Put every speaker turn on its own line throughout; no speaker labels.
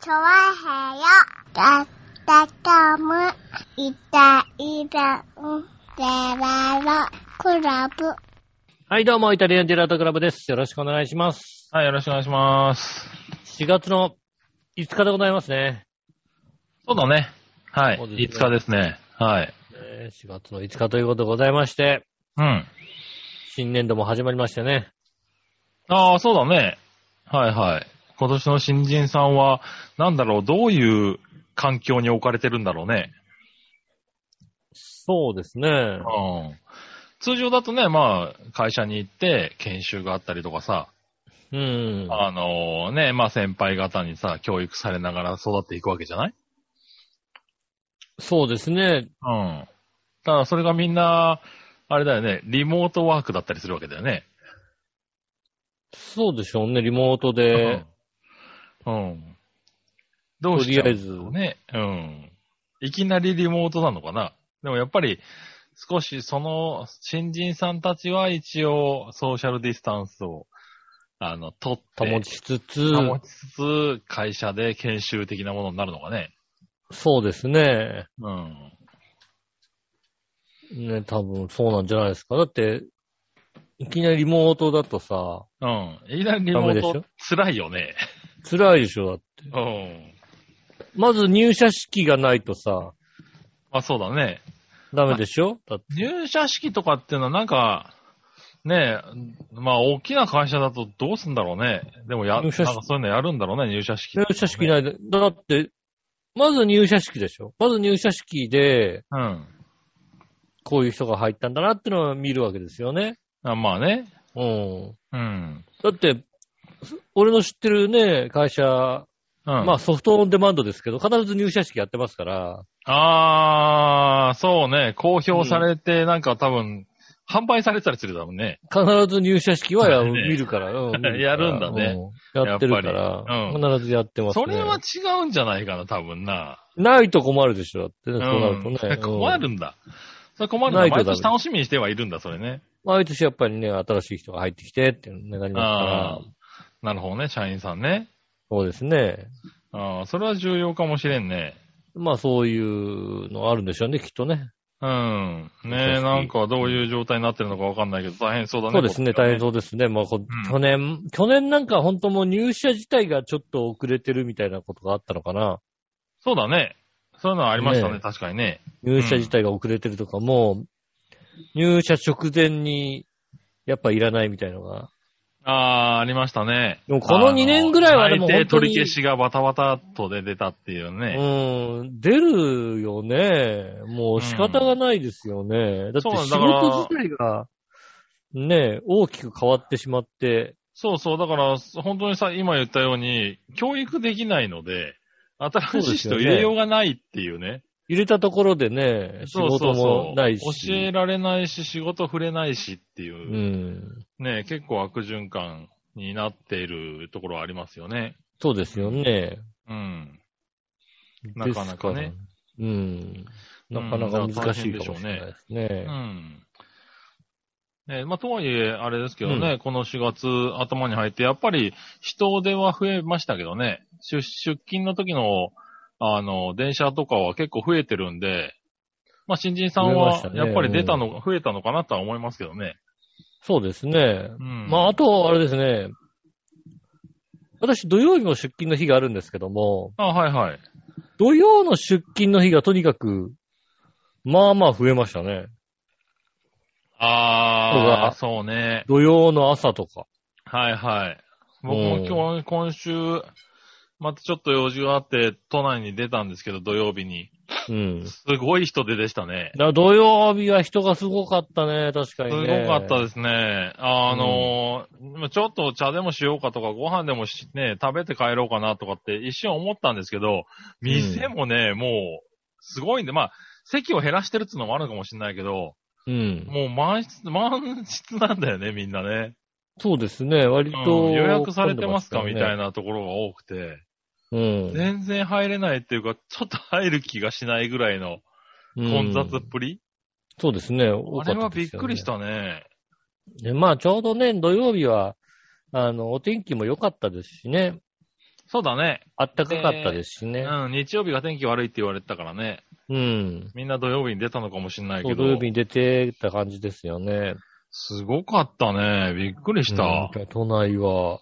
チョワヘヨだったかむいたいたんでららクラブ
はい、どうも、イタリアンジェラートクラブです。よろしくお願いします。
はい、よろしくお願いします。
4月の5日でございますね。
そうだね。はい。
そうですね
5日ですね。はい。
ね4月の5日ということでございまして、
うん。
新年度も始まりましてね。
ああ、そうだね。はいはい。今年の新人さんは、なんだろう、どういう環境に置かれてるんだろうね。
そうですね。
うん。通常だとね、まあ、会社に行って、研修があったりとかさ、
うん。
あのね、まあ先輩方にさ、教育されながら育っていくわけじゃない
そうですね。
うん。ただ、それがみんな、あれだよね、リモートワークだったりするわけだよね。
そうでしょうね。リモートで、
うん。うん。どうしちゃ
とりあえ
う
ず
ね。うん。いきなりリモートなのかな。でもやっぱり、少しその新人さんたちは一応ソーシャルディスタンスを、あの、取って、
保ちつつ、
保ちつつ、会社で研修的なものになるのかね。
そうですね。
うん。
ね、多分そうなんじゃないですか。だって、いきなりリモートだとさ、
うん。いきなりリモ
ダメ
ー
でしょ
ト、辛いよね。
辛いでしょ。だって
うん。
まず入社式がないとさ、
まあそうだね。
ダメでしょだって
入社式とかっていうのはなんか、ねえ、まあ大きな会社だとどうすんだろうね。でもや、な
入
んかそ
社式
ういうのやるんだろうね、入社式、。
入社式ないいで、だって、まず入社式でしょまず入社式で、
うん。
こういう人が入ったんだなってのは見るわけですよね。
あまあね。
うん。
うん。
だって、そ俺の知ってるね、会社、
うん。
まあソフトオンデマンドですけど、必ず入社式やってますから、
あー、そうね。公表されて、なんか多分、販売されてたりするだろうね。
必ず入社式はや、
ね
見るから、うん見から
やるんだね
うんやってるか
やっぱ
ら、
りう
必ずやってます
そ
ね。
れは違うんじゃないかな、多分な。
ないと困るでしょ、だってね、そうなるとね。
うん困るんだ。それ困るん
な
だ。
いとダメ
毎年楽しみにしてはいるんだ、それね。
うん。毎年やっぱりね、新しい人が入ってきてっていうのがありますから
あ、ー。なるほどね、社員さんね。
そうですね。
あー、それは重要かもしれんね。
まあそういうのあるんでしょうね、きっとね。
うん。ねえ、なんかどういう状態になってるのかわかんないけど、大変そうだね。
そうですね、
こっちは
大変そうですね。まあこ、
ん
去年、去年なんか本当もう入社自体がちょっと遅れてるみたいなことがあったのかな。
そうだね。そういうのはありましたね、
ねえ
確かにね。
入社自体が遅れてるとか、もう、入社直前に、やっぱいらないみたいのが。
ああー、ありましたね。
でもこの
あ
2年ぐらいはでも
内定
本当
取
に
り、消しがバタバタっとで出たっていうね。
うん、出るよね。もう仕方がないですよね。だって
そうなん
仕
だから
事自体が、ね、大きく変わってしまって、
そうそう、だから、本当にさ、今言ったように、教育できないので、新しい
そ
人
うですよね
入れようがないっていうね。
入れたところでね、仕
そうそ
事
うそう
もないし。
教えられないし、仕事触れないしっていうう、
ん。
ね、結構悪循環になっているところはありますよね。
そうですよね。
うん。なかなかね
ですから。うん。なかなか難しいかもしれないですね。
うん。ねまあ、とはいえ、あれですけどね、この4月頭に入って、やっぱり人出は増えましたけどね、出出勤の時の、あの、電車とかは結構増えてるんで、まあ、新人さ
増
ん
えました、
は
ね
やっぱり出たの、増えたのかなとは思いますけどね。
そうですね。
うん。
まあ、あと、あれですね。私、土曜日も出勤の日があるんですけども、
あ、はいはい。
土曜の出勤の日がとにかく、まあまあ増えましたね。
ああ、そうね。
土曜の朝とか。
はいはい。僕も今日、今週、またちょっと用事があって、都内に出たんですけど、土曜日に。
うん。
すごい人出でしたね。
だから土曜日は人がすごかったね、確か
す
に
ご
ね。
かったですね。あのーちょっと茶でもしようかとか、ご飯でもしね、食べて帰ろうかなとかって一瞬思ったんですけど、店もね、もう、すごいんで、まあ、席を減らしてるっていうのもあるかもしれないけど、
うん。
もう満室、満室なんだよね、みんなね。
そうですね、割
うん
と、
予約されてますか
混ん
み
で
たい
す
なところが多くて、
からね。うん。
全然入れないっていうか、ちょっと入る気がしないぐらいの混雑
う
っ
ん
ぷり、
そうですね。多
あ
か
れ
った
は
で
びっ
すよね
くりし。たね。
でまあ、ちょうどね、土曜日は、あの、お天気も良かったですしね。
そうだね。
あったかかったですしね。
うん、日曜日が天気悪いって言われてたからね。
うん。
みんな土曜日に出たのかもしれない
そ
け
う土
ど
曜。日に出てた感じですよね。
すごかったね。びっくりした。
うん都内は。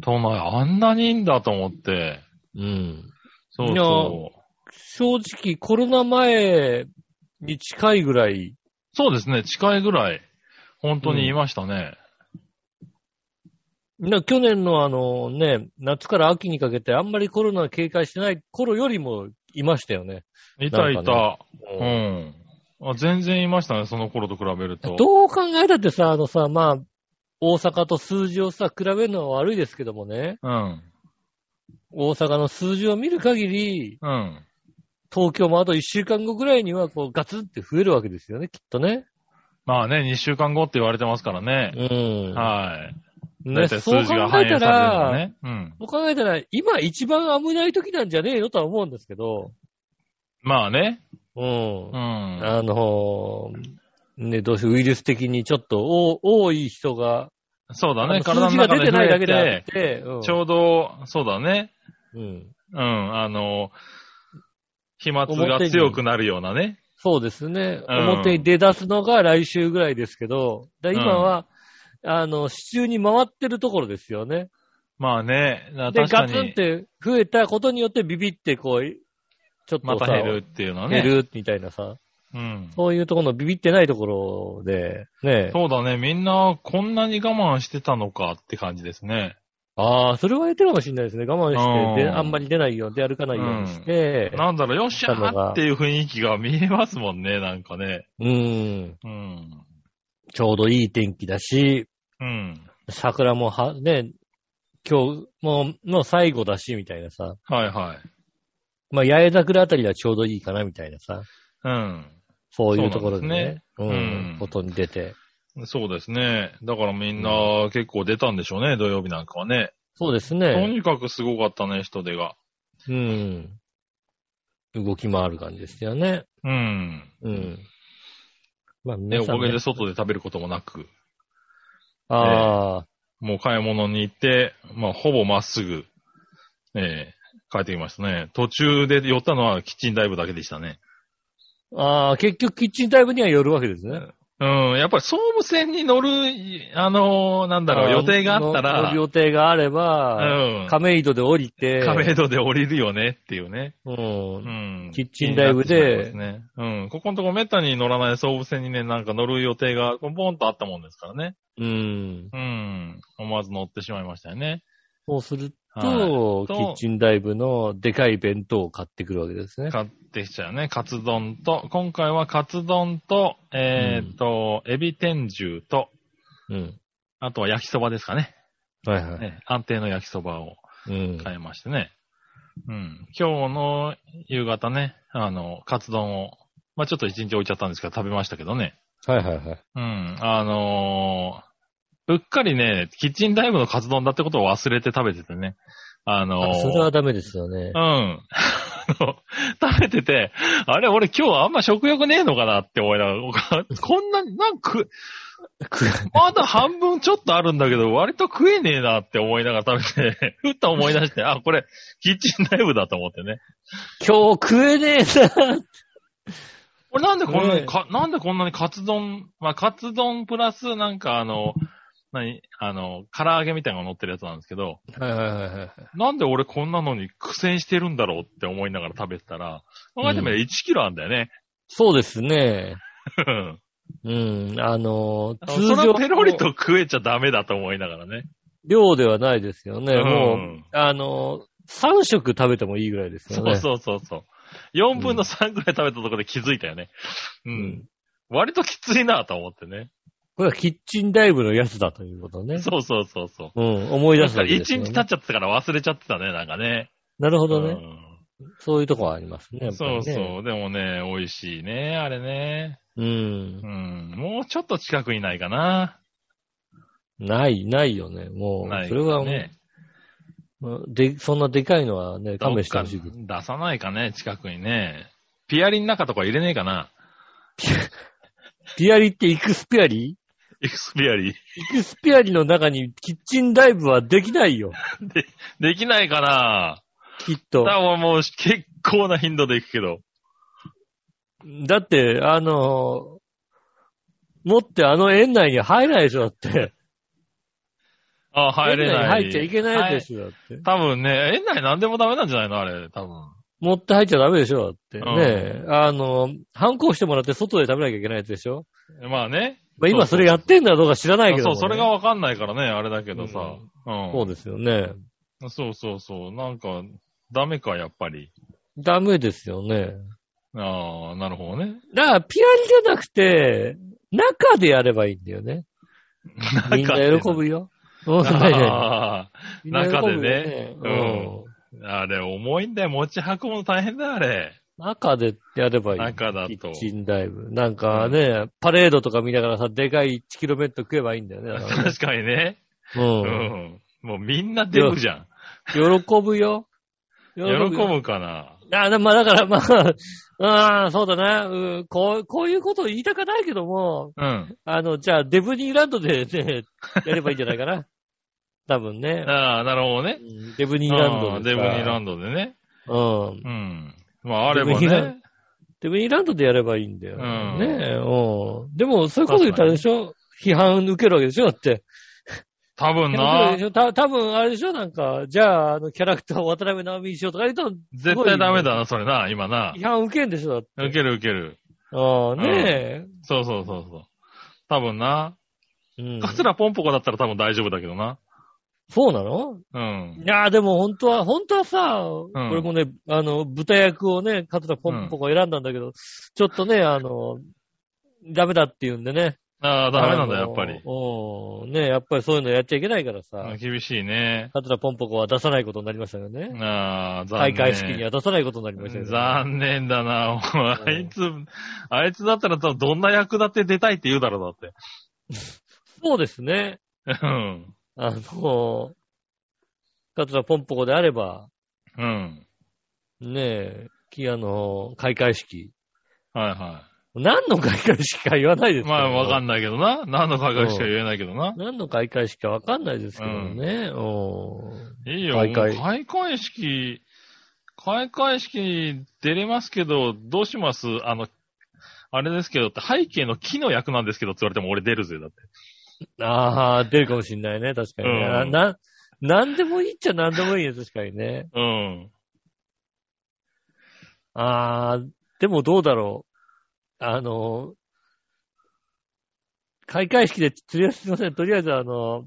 都内あんなにいいんだと思って。
うん。
そう
いや
そう。
正直、コロナ前に近いぐらい、
そうですね。近いぐらい、本当にいましたね。
な去年のあのね、夏から秋にかけてあんまりコロナ警戒してない頃よりもいましたよね。
いた
ないんか
た。うんあ。全然いましたね。その頃と比べると。
どう考えたってさ、あのさ、まあ、大阪と数字をさ、比べるのは悪いですけどもね、
うん。
大阪の数字を見る限り、
うん。
東京もあと1週間後ぐらいにはこうガツンって増えるわけですよね、きっとね。
まあね、2週間後って言われてますからね。
うん。
はい。だ
ね、
いたい
そう
数字
考
が反
えた
映さ
ら、
れるのね。うん。
そう考えたら、今一番危ない時なんじゃねえよとは思うんですけど、
まあね。
うん
う。ん。
あのーね、どうしよう、ウイルス的にちょっとお多い人が、
そうだ
あ
ね。
の
体
数
の
字が
中
出
で
て
増
ないだ
え、
けであってて、うん
ちょうど、そうだね。
うん
うん、あの、飛沫が強くなるようなね。
そうですね。
うん
表に出だすのが来週ぐらいですけど、だ今は、あの、支柱に回ってるところですよね。
まあね、だ
で、
確か
ガツンっ
に、
て増えたことによってビビってこう、ちょっとさ
また減るっていうのはね。
減るみたいなさ、
うん。
そういうところのビビってないところで、ね。
そうだね、みんなこんなに我慢してたのかって感じですね。
ああ、それは言ってるかもしれないですね。我慢
うん
して、で、あんまり出ないように、出歩かないようにして、
なんだろう、よっしゃーっていう雰囲気が見えますもんね、なんかね。
うん、
うん。
ちょうどいい天気だし、
うん。
桜もは、ね、今日、もう、の最後だし、みたいなさ。
はいはい。
まあ、八重桜あたりはちょうどいいかな、みたいなさ。
う
そういうところで
そうなんで
ね。う
うん
ん。外に出て。
ん。そうですね。だからみんな結構出たんでしょうね、土曜日なんかはね。
そうです
と
ね。
にかくすごかったね、人手が。
うん。動き回る感じですよね。
うん。
うん。まあ、
ね、
皆
お
さ
か
ん、
げ
ね
で。外で食べることもなく。
ああ、
もう買い物に行って、まあ、ほぼまっすぐ、ええ帰ってきましたね。途中で寄ったのはキッチンダイブだけでしたね。
ああ、結局キッチンタイムには寄るわけですね。
うん、やっぱり総武線に乗る、いあのーなんだろう、予定があった
の乗
ら、
る予定があれば、
うん、
亀戸で降りて、
亀戸で降りるよねっていうね。
う。
うんん。
キッチンダイブで
気になってしまいますね。うん。ここのとこめったに乗らない総武線にね、なんか乗る予定がポンポンとあったもんですからね。
うん。
うん。思わず乗ってしまいましたよね。
そうする
はい
と、キッチンダイブのでかい弁当を買ってくるわけですね。
買ってきちゃうね。カツ丼と、今回はカツ丼と、えーっと、エビ天重と、
うん。
あとは焼きそばですかね。
はいはい。
ね安定の焼きそばを
うん。
買いましてね。うん。今日の夕方ね、あの、カツ丼を、まあちょっと一日置いちゃったんですけど、食べましたけどね。
はいはいはい。
うん。あのーうっかりね、キッチンダイブのカツ丼だってことを忘れて食べててね。あのー
あそれはダメですよね
うん。。 あの食べてて、あれ、俺今日あんま食欲ねえのかなって思いながら、こんなに、なんか食、まだ半分ちょっとあるんだけど、割と食えねえなって思いながら食べて、ふっと思い出して、あ、これ、キッチンダイブだと思ってね。
今日食えねえな。
俺なんでこんな
ねえ
にか、なんでこんなにカツ丼、まあ、カツ丼プラス、なんかあの、何あの、唐揚げみたいなのが乗ってるやつなんですけど、
はいはいはいはい。
なんで俺こんなのに苦戦してるんだろうって思いながら食べてたら、考えてみれば1キロあんだ よね。
そうですね。
うん
うん。あのー、
そ
通
れ
常
はペロリと
の
食えちゃダメだと思いながらね。
量ではないですよね。
うん
もう、あのー、3食食べてもいいぐらいですよ
そう
ね。う。
そうそうそう。4分の3ぐらい食べたところで気づいたよね。うんん。割ときついなと思ってね。
これはキッチンダイブのやつだということね。
そうそうそうそ
う
う。
ん。思い出
だ
す
か
わ
ら
け
1
ですよ、ね。
日経っちゃったから忘れちゃってたね、なんかね。
なるほど
う
ね。
ん
そういうとこはありますね。やっぱり
そ
ね
うそう。でもね、美味しいね、あれね。
う。ん
う。ん。もうちょっと近くにないかな。
ない、ないよね。も
な
う、
い
それはもう、
ね。
で、そんなでかいのはね、勘弁してほしい
ど
け
っ
ど。
か出さないかね、近くにね。ピアリの中とか入れねえかな。
ピアリってイクスピアリ
エクスピアリ
エ
ー。
クスピアリの中にキッチンライブはできないよ。
できないかな
きっと。
多分もう結構な頻度で行くけど。
だって、あのー持ってあの園内に入らないでしょ、だって。
ああ入れない。
園内に入っちゃいけないでしょ、だって。
はい。多分ね、園内何でもダメなんじゃないのあれ、多分。
持って入っちゃダメでしょ、だって。
ん
ねえ。あのー、反抗してもらって外で食べなきゃいけないやつでしょ。
まあね。
まあ、今そう
そそう
れやってんだどうか知らないけど、
そう、
ね。
それが。わかんないからね、あれだけどさ。うん。
そうですよね。
そうそうそう。なんか、ダメか、やっぱり。
ダメですよね。
ああ、なるほどね。
だから、ピアノじゃなくて、中でやればいいんだよね。 みんな喜ぶよ。うんないない
あ
みんな喜ぶよ
中でね
うん。
ーあれ、重いんだよ。持ち運ぶの大変だよ、あれ。
中でやればいい。
中だ
キッ
と。
チンライブ。なんかね、パレードとか見ながらさ、でかい 1km 食えばいいんだよね。だ からね
確かにね。う。
うん
もうみんなデブじゃん。
ん。喜ぶよ。喜
喜
よ
ぶかな。
あ、でまあだからまあ、 うん、そうだな、うんこう。こういうことを言いたくないけども、
うん。
あの、じゃあデブニーランドでね、やればいいんじゃないかな。多分ね。
ああ、なるほどね
う。んデブニーラン
あ
ド
ー
で
デ
さ。
ブニーランドでね。
うん。
うん。まあ、あれば
デブニーラ
ね
ン。デブニーランドでやればいいんだよ。
うん
ねえ、うん。でも、そういうこと言ったらでしょ批判受けるわけでしょだって。
多分
批判受
な
けるわけでし。ょた多分あれでしょなんか、じゃあ、あの、キャラクターを渡辺直美にしようとか言うと、
絶対ダメだな、それな、今な。
批判受けるんでしょだって。
受ける受ける。
ああ、ね
そうそうそうそう。多分な。
え。うん。
カツラポンポコだったら多分大丈夫だけどな。
そうなの
うん。
いやーでも本当は、本当はさ、俺もね、あの、豚役をね、カトラポンポコ選んだんだけど、ちょっとね、あの、ダメだって言うんでね。
ああ、ダメなんだ、
あ
や
の
っぱり。
うん。ね、やっぱりそういうのやっちゃいけないからさ、
厳しいね。
カトラポンポコは出さないことになりましたよね。
ああ、残
大
念。
会式には出さないことになりましたよね。
残念だな。あいつ、あいつだったら多分どんな役立って出たいって言うだろう、
そうですね。
だって。うん。
あの、カトラポンポコであれば、
うん。
ね、きあの、開会式。
はいは
何の開会式か言わないで
い。
すけど
まあ、わかんないけどな。何の科学しか言えないけどな。
何の開会式かわかんないですけどね。
いいよ、
開
開
会
会開会式、開会式出れますけど、どうしますあの、あれですけどって、背景の木の役なんですけどって言われても俺出るぜ、だって。
うんああ、出るかもしんないね。確かにね。
うん
な、なんでもいいっちゃなんでもいいね。確かにね。
うん。
ああ、でもどうだろう。あの、開会式で、とりあえずすいません。とりあえずあの、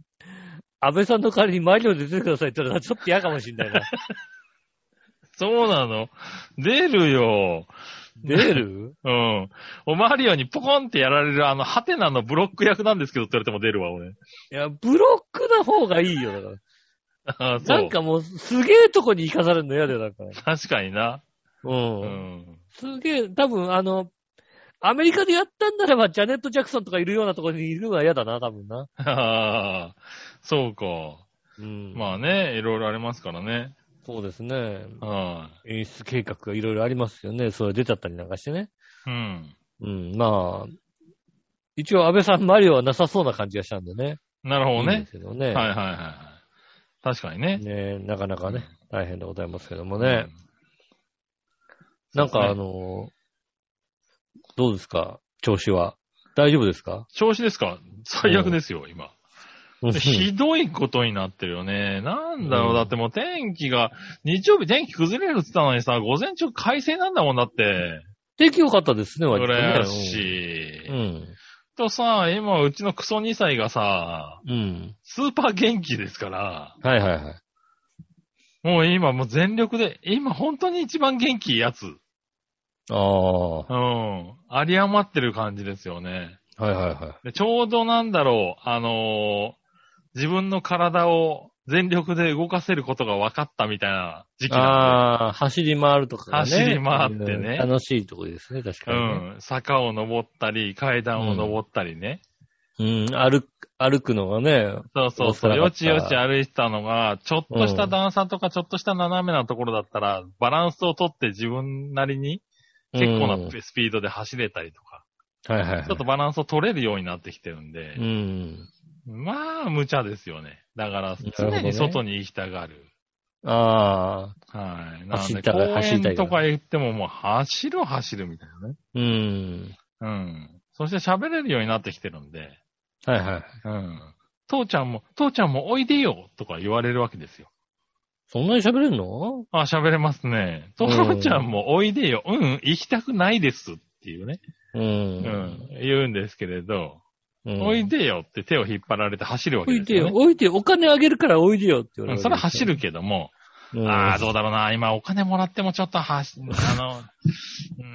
安倍さんの代わりにマリオで出てくださいって言ったらちょっと嫌かもしんないな。
そうなの出るよ。
出る
うん。おマリオにポコンってやられる、あの、ハテナのブロック役なんですけどって言われても出るわ、俺。
いや、ブロックの方がいいよ。だから
ああ、そう。
なんかもう、すげえとこに行かされるの嫌だよ。なんか。
確かにな。う
うん
ん。
すげえ、多分あの、アメリカでやったんならば、ジャネット・ジャクソンとかいるようなところにいるのは嫌だな、多分な。
ああ、 そうか。
うん。あ、
まあね、いろいろありますからね。
そうですね。
は
演出計画がいろいろありますよね。それ出ちゃったりなんかしてね。
い。うん。
うん、まあ、一応安倍さんマリオはなさそうな感じがしたんでね。
なるほど
いいん
ね
で。すけどね。
はいはいはいはい。確かにね。
ねなかなかね、大変でございますけどもね。
うん
なんかあ
そうですね
の、どうですか調子は。大丈夫ですか
調子ですか最悪ですよ、今。
うん
ひどいことになってるよね。なんだろ
う
う、
ん
だってもう天気が、日曜日天気崩れるって言ったのにさ、午前中快晴なんだもんだって。
天気良かったですね、割とね。
羨ましい。
うん。
とさ、今うちのクソ2歳がさ、
うん。
スーパー元気ですから、
はいはいはい。
もう今もう全力で、今本当に一番元気いいやつ。
ああ。は
うん。あり余ってる感じですよね。
いはいは
でちょうどなんだろう、あのー自分の体を全力で動かせることが分かったみたいな時
い。
期なん
ああ、走り回るとか、ね。
走り回ってね
うん楽しいとこですね、確
で
か
う
に、ね。
ん。坂を登ったり、階段を登ったりね。
うん。歩く、歩くのがね。
そうそうそう。
お
よ
っ
ち
しゃら
よ
かった
ち歩いてたのが、ちょっとした段差とか、ちょっとした斜めなところだったら、バランスをとって自分なりに結構
うん
なスピードで走れたりとか。
はいはいはい。
ちょっとバランスを取れるようになってきてるんで
う、ん。
まあ、無茶ですよね。だから
る、ほどね
常に外に行きたがる。
ああ。
はい。なの
走
で、
りたが
公
る走りた
園
いから
とか行ってももう走る走るみたいなね。
うん。
うん。そして喋れるようになってきてるんで、
はいはい。
うん。父ちゃんも、父ちゃんもおいでよとか言われるわけですよ。
そんなに喋れんの
あ、喋れますね。父ちゃんもおいでよ。うん、行きたくないですっていうね。
う。
うんん。言うんですけれど、
うん
おいでよって手を引っ張られて走るわけ
おい
です
でよ
よ、ね。、
おいでよ、お金あげるからおいでよって言わ
う
れ
ん、
る。
それは走。るけども、
うん、
ああ、どうだろうな。今お金もらってもちょっとはし、あの、 うー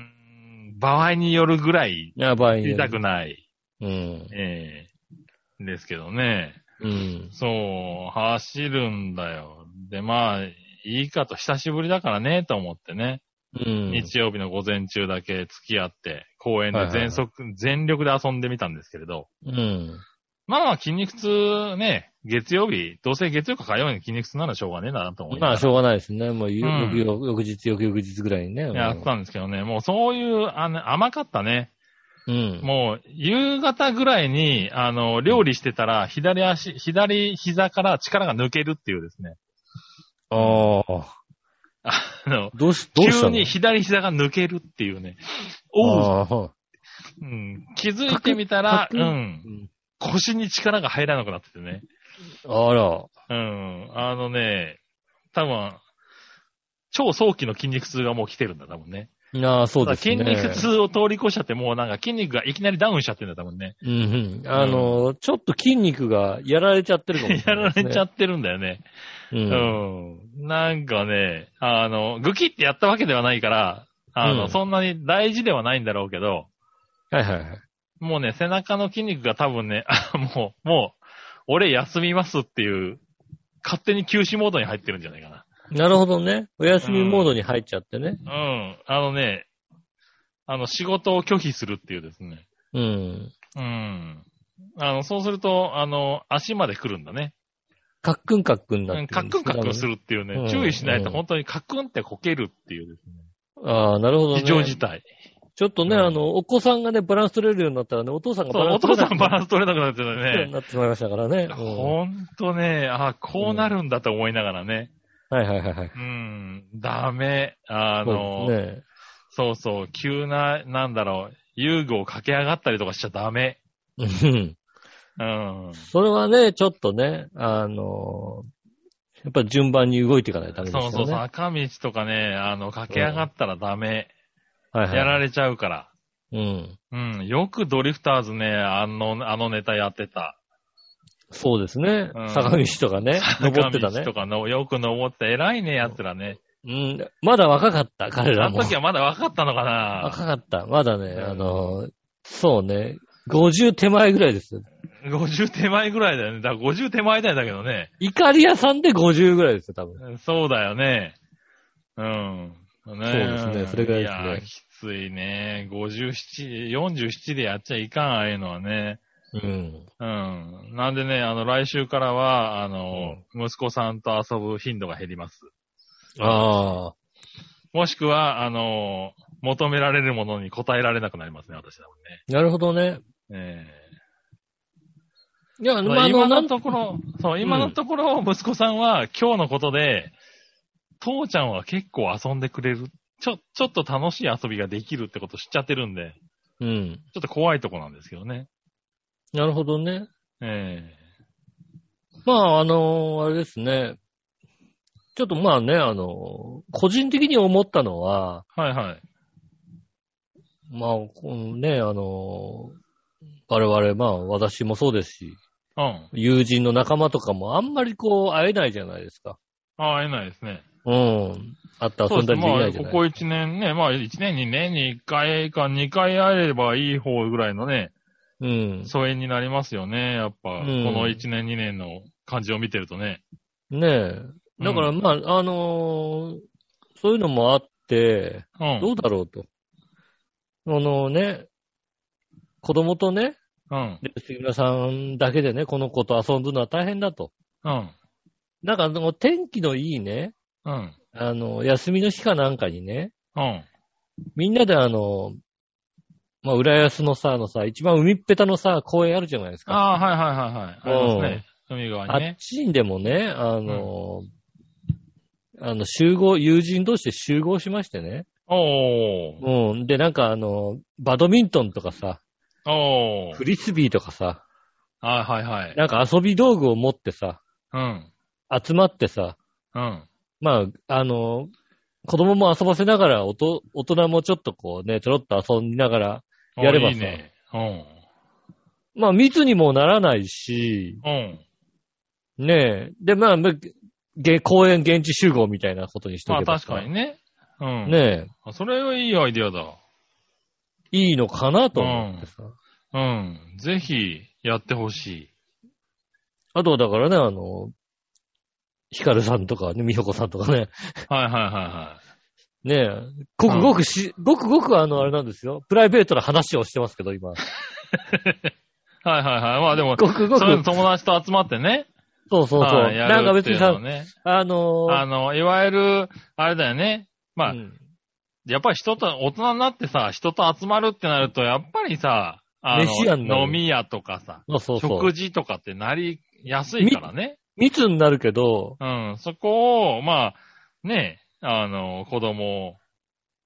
ん、場合によるぐらい
やばい
言
ね。
いたくない。
うん。
ええですけどね。
うん。
そう、走るんだよ。で、まあ、いいかと、久しぶりだからね、と思ってね。
うん。
日曜日の午前中だけ付き合って、公園で全速、全力で遊んでみたんですけれど。
うん。
まあまあ、筋肉痛ね、月曜日、どうせ月曜か火曜日に筋肉痛ならしょうがねえなと思いな
ま
がら
あ、しょうがないですね。もう、ゆ
うん
翌翌日、翌々日ぐらいにね。
やってたんですけどね、もうそういう、あの、甘かったね。
うん。
もう、夕方ぐらいに、あの、料理してたら、左足、左膝から力が抜けるっていうですね。
ああ。
あの、
どうし、どうした
急
の
に左膝が抜けるっていうね。おう、
ああ
うん、気づいてみたら
パ、クパク
うん
う、ん
腰に力が入らなくなっててね。
あら。
うん、あのね、多分、超早期の筋肉痛がもう来てるんだ、多分ね。
なあ、そうですね。
筋肉痛を通り越しちゃって、もうなんか筋肉がいきなりダウンしちゃってんだ、多分ね。
うんうん。あの、ちょっと筋肉がやられちゃってるかもし
や
れな
ら
いです
れ
ね、
ちゃってるんだよね。う
うん。
ん。なんかね、あの、グキってやったわけではないから、あの、
うん
そんなに大事ではないんだろうけど、
はいはいはい。
もうね、背中の筋肉が多分ね、 あもう、もう、俺休みますっていう、勝手に休止モードに入ってるんじゃないか
なるほどね。お休みモードに入っちゃってね。
な。うん。あのね、あの、仕事を拒否するっていうですね。
うん。
うん。あの、そうすると、あの、足まで来るんだね。
カックンカックンになって
う
る
んカックンカックンす
る。
るっていう
うん
ね、注意しないと
うん
本当にカックンってこけるっていうですね。
ああ、なるほどね。
非常事態。
ちょっとね、
うん
あの、お子さんがね、バランス取れるようになったらね、お父さんが
そう
バラ
お
ンス取
父
れ
さ
なんく
バ
な
ランス取れなくなってた
るよう に
ね。
なってしまいましたからね。うん
ほんとね、あこうなるんだと思いながらね。
はいはいはいはい。
うん、ダメ。あ
そ
の、
うですね。
そうそう、急な、なんだろう、遊具を駆け上がったりとかしちゃダメ。
うん
うん。
それはね、ちょっとね、あの、やっぱり順番に動いていかないとダメですよ
そ
ね。
うそうそう、坂道とかね、あの、駆け上がったらダメ。
はいはい。
やられちゃうから。
うん。
うん、よくドリフターズね、あの、あのネタやってた。
そうですね
うん。
坂道とかね、登ってた
坂
ね
道と。かの、よく登って、偉いね、奴らね。
うん。まだ若かった、彼
あ
ら
の
も。
時はまだ若かったのか
若
な
かった。まだね、
うん
あの、そうね、50手前ぐらいですよ。
?50 手前ぐらいだよね。だから50手前だよだけどね。
イカリアさんで50ぐらいですよ、多分。
そうだよね。うん。そう
そうですねそれぐらいですね
いやー、きついね。57、47でやっちゃいかん、ああいうのはね。
うん。
うん。なんでね、あの、来週からは、あの、息子さんと遊ぶ頻度が減ります。
ああ。
もしくは、あの、求められるものに答えられなくなりますね、私だもん
なるほどね。
ね。え
いや、ま
え
あ、あの、
今
な
の
ん
ところ、 そう、今のところ、息子さんは今日のことで、父ちゃんは結構遊んでくれる。ちょ、ちょっと楽しい遊びができるってこと知っちゃってるんで、
うん。
ちょっと怖いとこなんですけどね。
なるほどね。
え
まあ、あの、あれですね。ちょっとまあね、あの、個人的に思ったのは、
えはいはい。
まあ、このね、あの、我々、まあ、私もそうですし、
うん。
友人の仲間とかもあんまりこう、会えないじゃないですか。
ああ、えないですね。
うん。あった
そう
遊んだ
です
りでき
ね。ま
な
あ、
いじゃ
こ
ない
こ1年ね、まあ、1年に年に1回か2回会えればいい方ぐらいのね、
うん。
疎遠になりますよね。やっぱ、
ん
この1年2年の感じを見てるとね。
ねえ。だから、
うん
まあ、あのーそういうのもあって、
う
ど
ん。
うだろうと。あのね、子供とね、
うん。
で杉村さんだけでね、この子と遊ぶのは大変だと。
うん。
なんか、あの天気のいいね、
うん。
あの、休みの日かなんかにね、
うん。
みんなであの、まあ、浦安のさ、あのさ、一番海っぺたのさ、公園あるじゃないですか。
ああ、はいはいはいはい。ありますね。海側
あ
にね
っ。ちにでもね、あの、あの、集合、友人同士で集合しましてね。
お
う
ー。
ん。で、なんかあの、バドミントンとかさ、
お
フ
ー。
リスビーとかさ、
あーはいはい。
なんか遊び道具を持ってさ、
うん。
集まってさ、
うん。
まあ、あの、子供も遊ばせながら、おと大人もちょっとこうね、ちょろっと遊びながら、
お
やればさ
いいね。うん。
まあ密にもならないし、
うん。
ねえ。で、まあ、むげ公園現地集合みたいなことにしと
まあ
けば
確
さ。
かにね。うん。。
ね
それはいいアイディアだ。
え。いいのかなと思ってさ。
うん。ぜひ、やってほし
あとはだからね、あの、ヒカルさんとかね、みほこさんとかね、
い。はいはいはいはい。
ねえ、ごくごくし、ごくごくあの、あれなんですよ。プライベートな話をしてますけど、 今。
はいはいはい。まあでも、
ごくごく、
そ
そう
れ友達と集まってね。
そうそう。
はいや
なんか
るっ
別
てい
に
うの
さ
は、ね。
あのー
あの、いわゆる、あれだよね。まあ、
うん
やっぱり人と、大人になってさ、人と集まるってなると、やっぱりさ、あ
飯屋になる
の、飲み屋とかさ、
そうそうそ
食
う。
事とかってなりやすいからね。
密になるけど、
うん、そこを、まあ、ね、あの、子供を、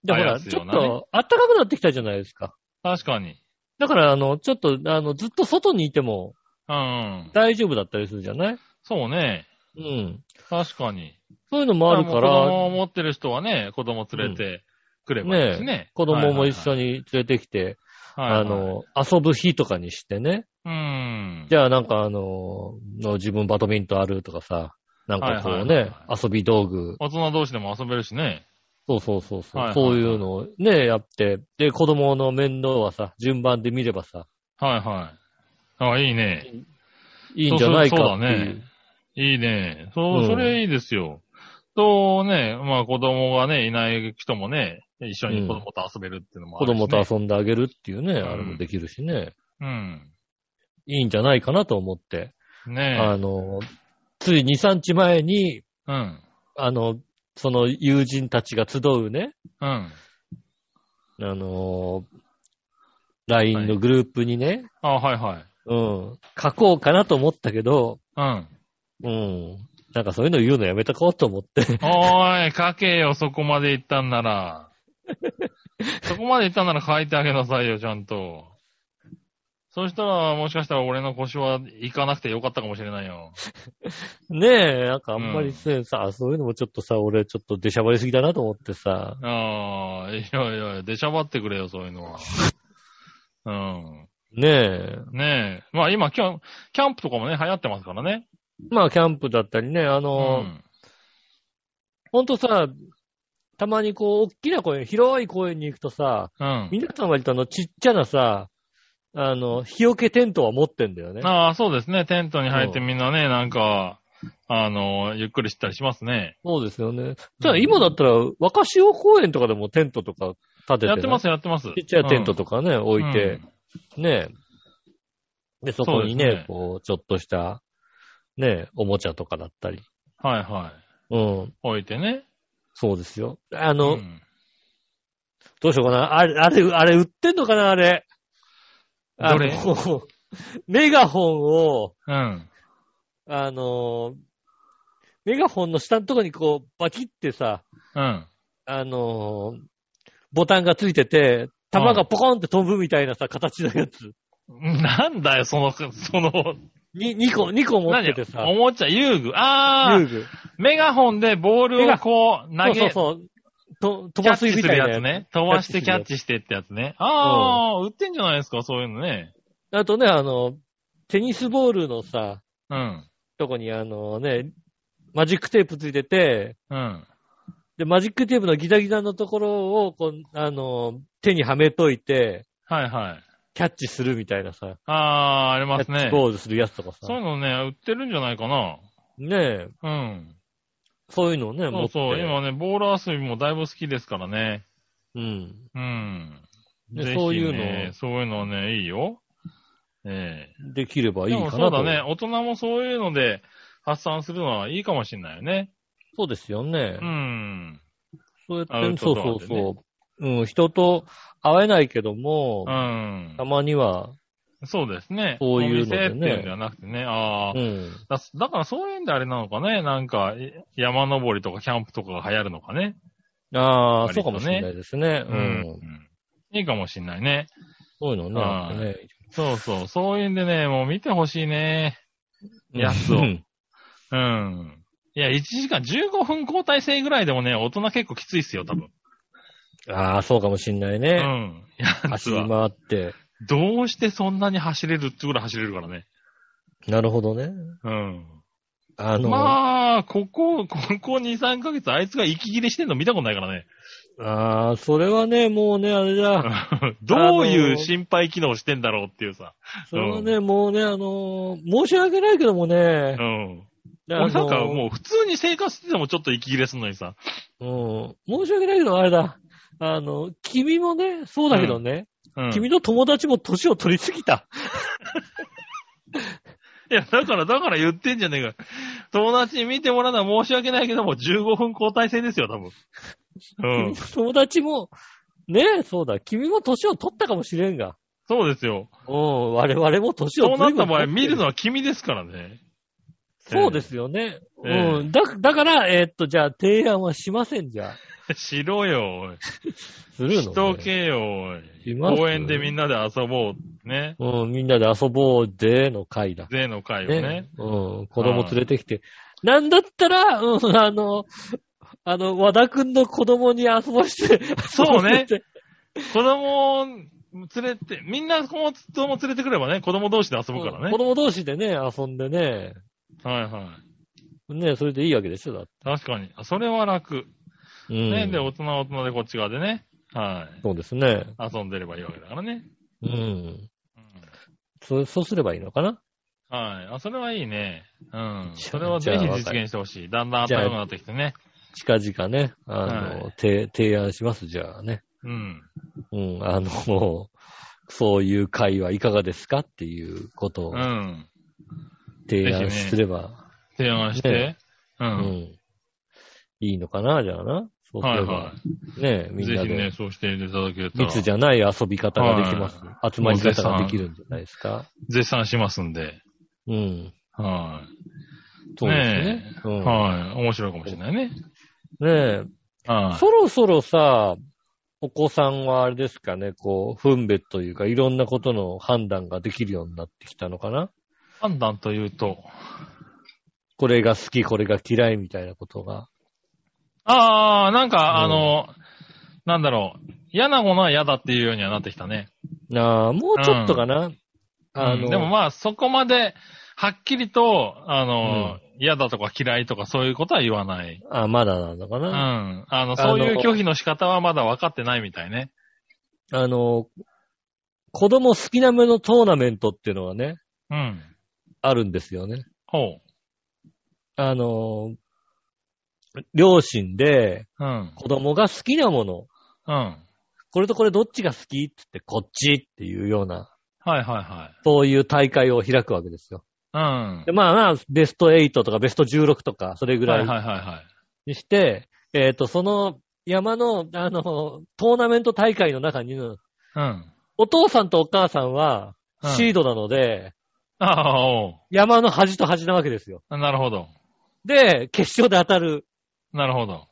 でほ
あや
ら、
す
ち
よ
ょ
う
っ
なね
と、暖かくなってきたじゃないですか。
確かに。
だから、あの、ちょっと、あの、ずっと外にいても
うん、
大丈夫だったりするじゃない
そうね、
うん。
確かに。
そういうのもあるか
だもう子供
ら、
を持ってる人はね、子供連れてくればいいしね。
ね子供も一緒に連れてきて、
はいは
あ
いはい、
の、遊ぶ日とかにしてね。
はいはい、うん。
じゃあ、なんか、あの、の自分バドミントンあるとかさ、なんかこう
はいはい
ね
は、
遊び道具、
大人同士でも遊べるしね。
そうそうそう
はい
そう、
はいはい
そういうのをね、やって、で、子供の面倒はさ、順番で見ればさ、
はいはい。あいいね。
いいんじゃないかって
そうそうそうだ
い
ね
う。
いいね。そうう、
ん
それいいですよ。とね、まあ子供がね、いない人もね、一緒に子供と遊べるっていうのもあ
子
るし、ね
供と遊んであげるっていうね、
ん
あれもできるしね、
うん。
いいんじゃないかなと思って。あ
ね
の、つい2、3日前に、
え。うん。
あの、その友人たちが集うね、
うん。
あの、LINE のグループにね、
あはいはい。
うん、書こうかなと思ったけど、
うん。
うん、なんかそういうの言うのやめとこうと思って、
おーい、書けよ、そこまで行ったんなら。そこまで行ったんなら書いてあげなさいよ、ちゃんと。そしたら、もしかしたら俺の腰は行かなくてよかったかもしれないよ。
ねえ、なんかあんまりせんさ、そういうのもちょっとさ、俺ちょっと出しゃばりすぎだなと思ってさ、
ああ、いやいや、出しゃばってくれよ、そういうの は。うん。
ねえ、
ねえ。まあ今、キャンキャンプとかもね、流行ってますからね。
まあキャンプだったりね、あ
う
の、
ん。
ほんとさ、たまにこう、大きな公園、広い公園に行くとさ、
うん。
皆さん割とあの、ちっちゃなさ、あの、日よけテントは持ってんだよね。
ああ、そうですね。テントに入っ
そ
て
う
みんなね、なんか、あの、ゆっくりしたりしますね。
そうですよね。じゃあ今だったら、若潮公園とかでもテントとか立てて、ね。。
やってますす、やってます。
ちっちゃいテントとかね、
か
置いて、ねえ。で、そこにね、
そうですね
こう、ちょっとした、ねえ、おもちゃとかだったり。
はいはい。
うん。
置いてね。
そうですよ。あ
う
の、
ん
どうしようかな。あれ、あれ、あれ売ってんのかな、あれ。
どれ
あの メガホンを、
うん。
あのーメガホンの下のとこにこう、バキってさ、
うん。
あのーボタンがついてて、弾がポコンって飛ぶみたいなさ、形のやつ。
なんだよ、その、その、
に、2個、2個持っててさ
お、もちゃ、遊具。あ
遊
あ、
具。
メガホンでボールをこう、
そ
投
うそう
げ、
そう。と飛
キャ
ば
ッ
す
チす
みた
る
いな
や
や
つ
つ。
ね。飛ばしてキャッチしてってやつね。ああ、売ってんじゃないですか、そういうのね。
あとね、あの、テニスボールのさ、
うん。
とこにあのね、マジックテープついてて、
うん。
で、マジックテープのギザギザのところを、こう、あの、手にはめといて、
はいはい。
キャッチするみたいなさ、
ああ、あります
キャッ
ね
チ。ボールするやつとかさ。
そういうのね、売ってるんじゃないかな。
ねえ、
うん。
そういうのをね、
そ
持
う
って。
そう。今ね、ボール遊びもだいぶ好きですからね。
うん。
うん。
で
ぜひね
そういうの
そういうのね、いいよ。ええ
できればいい
で
か
も
なと。
そうだね。。大人もそういうので発散するのはいいかもしれないよね。
そうですよね
う。ん。
そうや
ア
っ
ウ
て、
ト
そう
ドア
そう
で
そう。
ね
うん、人と会えないけども
う、ん
た。まには、
そうですね。
そういうのでね
お店っていうんじゃなくてね。ああ、
うん。
だ。だからそういうんであれなのかね。なんか、え山登りとかキャンプとかが流行るのかね。
ああ、そ
割
うかも
とね
しれないですね。
う
うん。
んいいかもしんないね。
そういうのね
は
ないんかね。
そうそう。そういうんでね、もう見てほしいね。やつを
うん
うん。いや、1時間15分交代制ぐらいでもね、大人結構きついっすよ、多分。
ああ、そうかもしれないうね。
ん。やつ
走り回っ
は。
て。
どうしてそんなに走れるってぐらい走れるからね。
なるほどね。
うん。
あの、
まあ、ここ、ここ2、3ヶ月、あいつが息切れしてんの見たことないからね。
ああ、それはね、もうね、あれだ。
どういう心配機能してんだろうっていうさ。
それはね、もうね、あのー申し訳ないけどもね
う。ん。
あの
俺
ー
なんかもう普通に生活しててもちょっと息切れすんのにさ。
うん。申し訳ないけど、あれだ。あの、君もね、そうだけどね、
うん。
君
い
の友達も年を取りすぎた。
や、だから、だから言ってんじゃねえか。友達に見てもらうのは申し訳ないけども、15分交代制ですよ、多分。う
君の。
ん
友達も、ねそうだ、君も年を取ったかもしれんが。
そうですよ。
うん、我々も年を
そう
取
なった場合、見るのは君ですからね。
そうですよね。
ええ
うん。だ、だから、えーっと、じゃあ、提案はしませんじゃあ。
しろよ、
す
おい。
る
し
の、
と
ね、
けよ、おい。
します
公園でみんなで遊ぼう。ね。
うん、みんなで遊ぼうでの会だ。
税の会を
ね。
ね。
うん、子供連れてきて。なんだったら、うん、あの、あの、和田くんの子供に遊ばして、
そう
遊
ね
ばして
子供を連れて、みんな子供連れてくればね、子供同士で遊ぶから
うん
ね
子。供同士でね、遊んでね。
はいはい。
ね、それでいいわけでしょ、だって。
確かに。あそれは楽。
うん。
ね。で、大人は大人でこっち側でね。は
そうですね。
い。遊んでればいいわけだからね。
うん。
うん
そそうすればいいのかな
はい。あ、それはいいね。うん。
じゃあ
それはぜひ実現してほしい。だんだん暖かくなってきてね。
近々ね、あの、
は
て提案します、じゃあね。
うん。
うん、あの、そういう会はいかがですかっていうことを
うん。
提
ぜ
案
ひね
すれば、
提案して
ね。
う。
うんん、いいのかな、じゃあな。そうす
はい
れば、
は
ね、
い。
みん
ぜ
な
ひ
で
ね、そうしていただけたら
密じゃない遊び方ができます。集まり方ができるんじゃないですか。
絶賛しますんで。
うん。
は
そうで
ね
すね。うん
い。はい。面白いかもしれないね。
ねえ
は。
そろそろさ、お子さんはあれですかね、こう、分別というか、いろんなことの判断ができるようになってきたのかない
判断というと、
これが好き、これが嫌いみたいなことが。
ああ、なんか、
うん
あの、なんだろう。嫌なものは嫌だっていうようにはなってきたね。
なあ、もうちょっとかな。あ
う
の、
んでもまあ、そこまで、はっきりと、あの、嫌だとか嫌いとかそういうことは言わない。
あ、まだなのか
う
な。
ん。あの、そういう
あの
拒否の仕方はまだ分かってないみたいね。
あの、子供好きなめのトーナメントっていうのはね、
うん。
あるんですよね。
ほ
あの、両親で
う。うん。
子供が好きなもの、
うん。はい
これとこれどっちが好きってって、こっちっていうような、
はいは
そういう大会を開くわけですよ。
い。うん
で。まあまあ、ベスト8とかベスト16とか、それぐ
は
ら
い
い
はいはいはい。
にして、えっ、と、その山の、あの、トーナメント大会の中に、
うん。
お父さんとお母さんは
うん
シードなので、
ああ、お
山の端と端なわけですよ。
うなるほど。
で、決勝で当たる
なるほど。
っ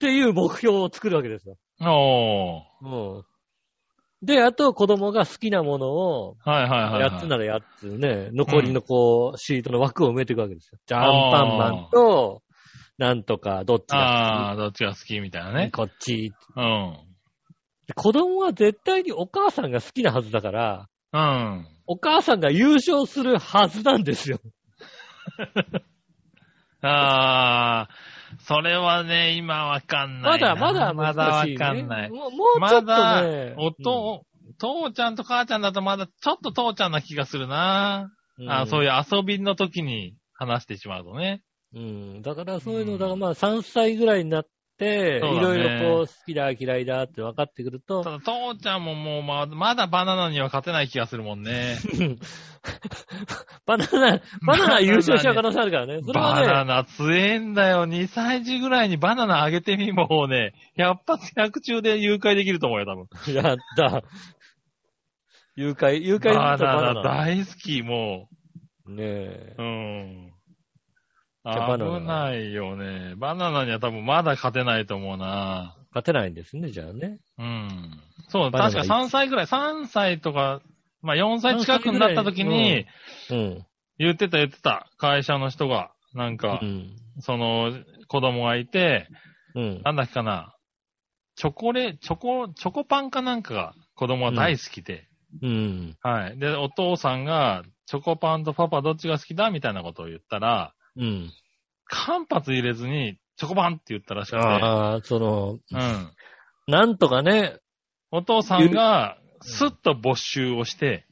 ていう目標を作るわけですよ。
お
うん。で、あと子供が好きなものを、
ー。はいはいはい、はい。
8つなら8つね、残りのこう、シートの枠を埋めていくわけですよ。じゃあ、
あ
ア
ー
ンパンマンと、なんとか、どっち
あ
が
あ、どっちが好きみたいな
好き
ね。
こっち。
うん。
子供は絶対にお母さんが好きなはずだから、
うん。
お母さんが優勝するはずなんですよ。
ああ、それはね、今わかんな
ま
いな。
だまだ
まだ
難
わ
しい、ね。
かんない。
もうもうちょっと
ま
ね
だ。、おと、父ちゃんと母ちゃんだとまだちょっと父ちゃんな気がするな。
うん
あーそういう遊びの時に話してしまうとね。
うん。だからそういうの、
うん
だからまあ3歳ぐらいになっって、い
そうだね
ろいろこう、好きだ、嫌いだって分かってくると
た、だ、父ちゃんももうま、まだバナナには勝てない気がするもん ね。
バナ ナ、バナナ優勝しちゃう可能性あるからね。それ
バナ
はね、
ナ強えんだよ。2歳児ぐらいにバナナあげてみ、もうね、100発100中で誘拐できると思うよ、多分。
やった。誘拐、誘拐
バ
だとバ
ナ
ナ
ナ
ナ。
大好き、も
ねえ。
う。うん。
じゃあバナナ
危ないよね。バナナには多分まだ勝てないと思うな。
勝てないんですね、じゃあね。
うん。そう、
バナナ
確か3歳ぐらい、3歳とか、まあ4歳近くになった時
三歳ぐらい
に、
うん。
言ってた言ってた、会社の人が、なんか、
うん。
その、子供がいて、
うん。
なんだっけかな、チョコレ、チョコ、チョコパンかなんかが子供は大好きで、
うん。
はい。で、お父さんが、チョコパンとパパどっちが好きだみたいなことを言ったら、
うん。
間髪入れずに、チョコパンって言ったらしくて、
ああ、その、
うん。
なんとかね、
お父さんが、すっと没収をして、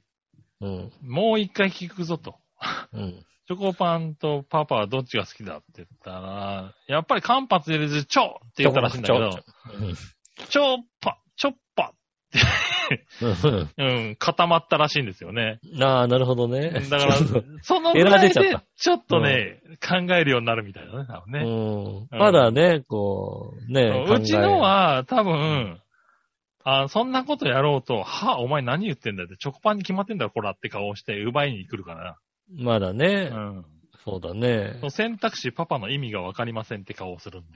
うん。
もう一回聞くぞと。
うん。
チョコパンとパパはどっちが好きだって言ったら、やっぱり間髪入れず、チョって言ったらしいんだけど、チョッパ、チョッパ、
うん
うん、固まったらしいんですよね。
ああ、なるほどね。
だから
ちょっ、
そのぐ
エ
ら
ラー出
い
ちゃっ
で
た、
ちょっとね、考えるようになるみたいだね、多分
と
ね。
うんまだね、こう、ね、
うんうちの
考
は、多分、あそんなことやろうと、は、お前何言ってんだって、チョコパンに決まってんだろ、こらって顔をして、奪いに来るから
え、まだね、
な。うん。
そうだね
そ。の選択肢、パパの意味がわかりませんって顔をするんで。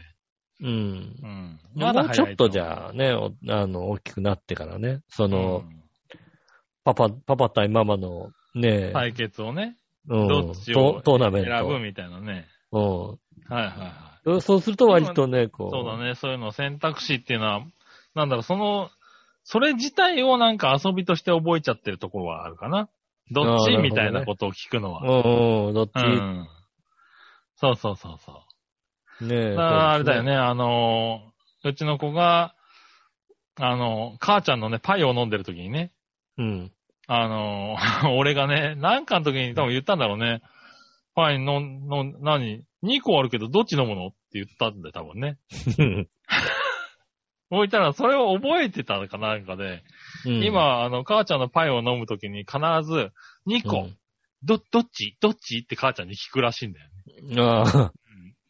うん。
うん。
もうちょっとじ
あ、
ゃあね、おあの、大きくなってからね、その
う、ん
パパ、パパ対ママのね、
対決をね、
うん
どっち
ト
を
ートーナメン
選ぶみたいなね。
ト。
はいはいはい。
うん。そうすると割とね、こう。
そうだね、そういうの選択肢っていうのは、なんだろう、その、それ自体をなんか遊びとして覚えちゃってるところはあるかな。どっ
あ
ち
ーなるほどね
みたいなことを聞くのは。
うんうん、どっ
う
ち、
ん。そうそうそうそう。
ね
だからあれだよ
ね。
ね、あのー、うちの子が、あのー、母ちゃんのね、パイを飲んでる時にね、
うん。
あの ー、俺がね、なんかの時に多分言ったんだろうね。パイ飲ん、飲ん、何 ?2 個あるけど、どっち飲むのって言ったんだよ、多分ね。置いたら、それを覚えてたのかなんかで、
うん、
今、あの、母ちゃんのパイを飲むときに必ず、2
う
個、
ん
ど、どっちどっちって母ちゃんに聞くらしいんだよね。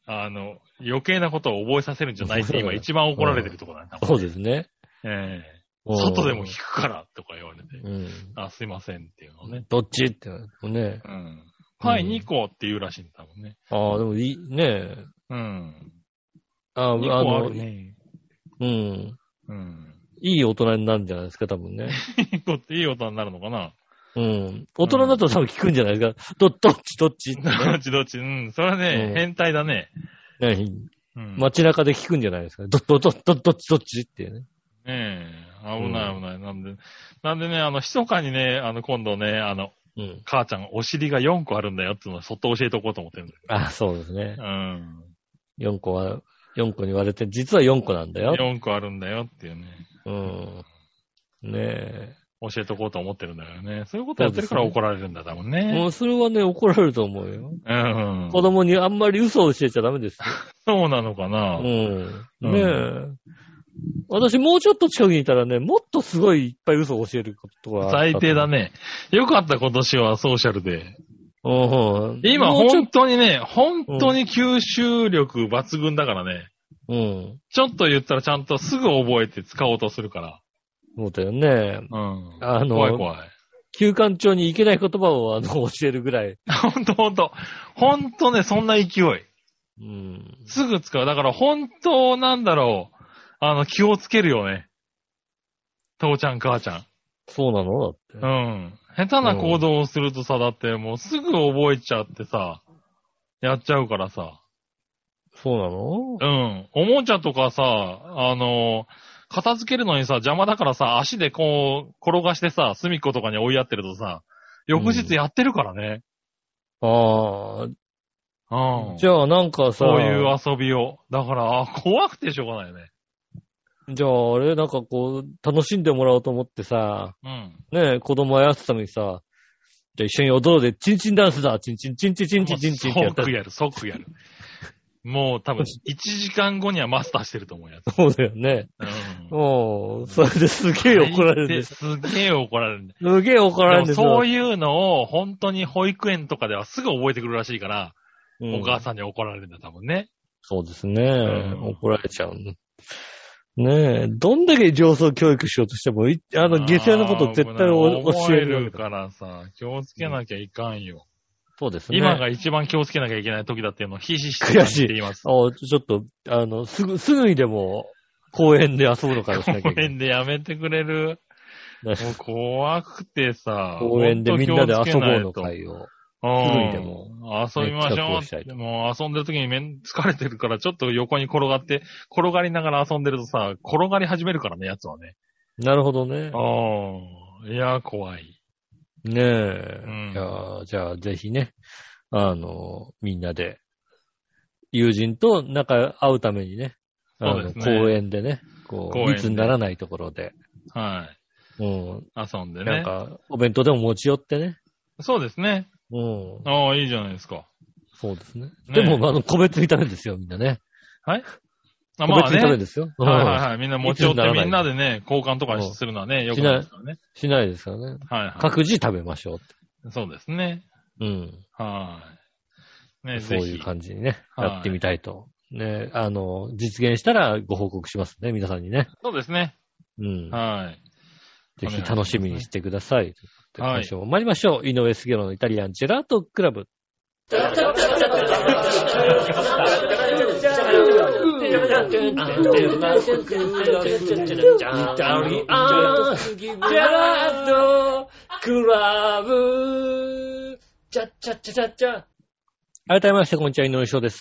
あ
あの、余計なことを覚えさせるんじゃ ないって今一番怒られてるとこなんだ
あ、
もん。
そうですね。
え
う
え
ん
外でも聞くからとか言われて、
うん。
あ、すいませんっていうのね。
どっちってね。
うん。パイ2個って言うらしいんだもんね。
ああ、でもいい、ねえ。
うん。
ああ、あ
2個あ
の、
るね。
うん。
うん。
いい大人になるんじゃないですか、多分 ね。
2個っていい音になるの かな
うん。大人だと多分聞くんじゃないですか。ど、どっち、どっちって
どっちどっちうん。それはね、
うん
変態だね。
ね。
うん。
街中で聞くんじゃないですか。ど、ど、ど、ど、どっち、どっちってね。
ねえ、危ない危ない。なんで、なんでね、あの、密かにね、あの、今度ね、あの、
うん。
母ちゃん、お尻が4個あるんだよっていうのをそっと教えておこうと思ってるんだ
ああ、そうですね
け。ど。うん。
4個は、4個に割れて、実は4個なんだよ。
4個あるんだよっていうね、
うん。ね
教えておこうと思ってるんだからね。そういうことやってるから怒られるんだ、多分
え。
ね。
もうそれはね、怒られると思うよ。
うん。
子供にあんまり嘘を教えちゃダメですよ。
そうなのかな。
う。
うんん
ねえ。私もうちょっと近くにいたらね、もっとすごいいっぱい嘘を教えることは。
最低だ
ね。
ね。よかった、今年はソーシャルで。
うん。
今、
もうちょっ
本当にね、本当に吸収力抜群だからね。
うん。
ちょっと言ったらちゃんとすぐ覚えて使おうとするから。
そうだよね。
うん。
あの
怖い怖い。
休館長にいけない言葉をあの教えるぐらい。
ほんとほんと。ほんとね、そんな勢い。
うん。
すぐ使う。だから本当なんだろう。あの、気をつけるよね。父ちゃん、母ちゃん。
そうなの
う
だって。
ん。下手な行動をするとさ、だってもうすぐ覚えちゃってさ、やっちゃうからさ。
そうなの
うん。おもちゃとかさ、あの、片付けるのにさ、邪魔だからさ、足でこう、転がしてさ、隅っことかに追いやってるとさ、翌日やってるからね。
あ
うん。
あ。じゃあなんかさ、
そういう遊びを。だから、あ怖くてしょうがないよね。
じゃああれ、なんかこう、楽しんでもらおうと思ってさ、
うん。
ねえ、子供あやってたのにさ、じゃあ一緒に踊ろうで、チンチンダンスだ、チンチン、チンチンチンチンチンチンってやったら
即やる、即やる。もう多分、1時間後にはマスターしてると思うやつ。
そうだよね。
うん
うん。それですげえ怒られるん
で
です。
すげえ怒られるんだ。
すげえ怒られるん
で
で
も
す
そう
い
いうのを本当に保育園とかではすぐ覚えてくるらしいから、
う
お母さんに怒られるんだ、多分ね。
そうですね。
ん
怒られちゃうの。ねえ、どんだけ上層教育しようとしても、いあの、下世話のことを絶対お
あー
教える
覚からさ、気をつけなきゃいかんよ。
そうです
今が一番気をつけなきゃいけない時だっていうのをひしひしと
悔しい
言っています。
おちょっと、あの、すぐ、すぐにでも、公園で遊ぶのからしなきゃ
公
いけない。
園でやめてくれる。
ね
もう怖くてさ。
公園でみんなで遊ぼうの
本当気をつけない
会を。
と
すぐにでも
うん遊びま
ね企
し
画
ょ。
をしたいうと
もう遊んでる時にめん疲れてるからちょっと横に転がって、転がりながら遊んでるとさ、転がり始めるからね、やつはね。
なるほどね。
うん。いや、怖い。
ねえ。
うん
いやーじゃあ、ぜひね、あの、みんなで、友人と仲会うためにね、あ
そうで
の
すね
公園でね、こ
公園
う、
で
密にならないところで、
はい。
うん、
遊んで
なん
ね。
か、お弁当でも持ち寄ってね、
そうですね。
うん、
ああ、いいじゃないですか。
そうですね。で
ね
も、あの、個別に食べるんですよ、みんなね。
あ
個
まあ
別に食べるん
ね。
ですよ。
はい
うん
はいはい。みんな持ち寄っ
いつにな
て
らない
みんなでね、交換とかするのはね、よくないですからね。
しないですからね。
はいは
各自食べましょうって。
い。そうですね。
うん。
はい。ね、
そ
ぜ
うい
ひ
う。感じにね、
はい
やってみたいと。ね、あの、実現したらご報告しますね、皆さんにね。
そうですね。
うん。
はい。
ぜひ楽しみにしてください。
はい
今週も参りましょう。井上杉郎のイタリアンジェラートクラブ。改めまして、こんにちは、井上翔です。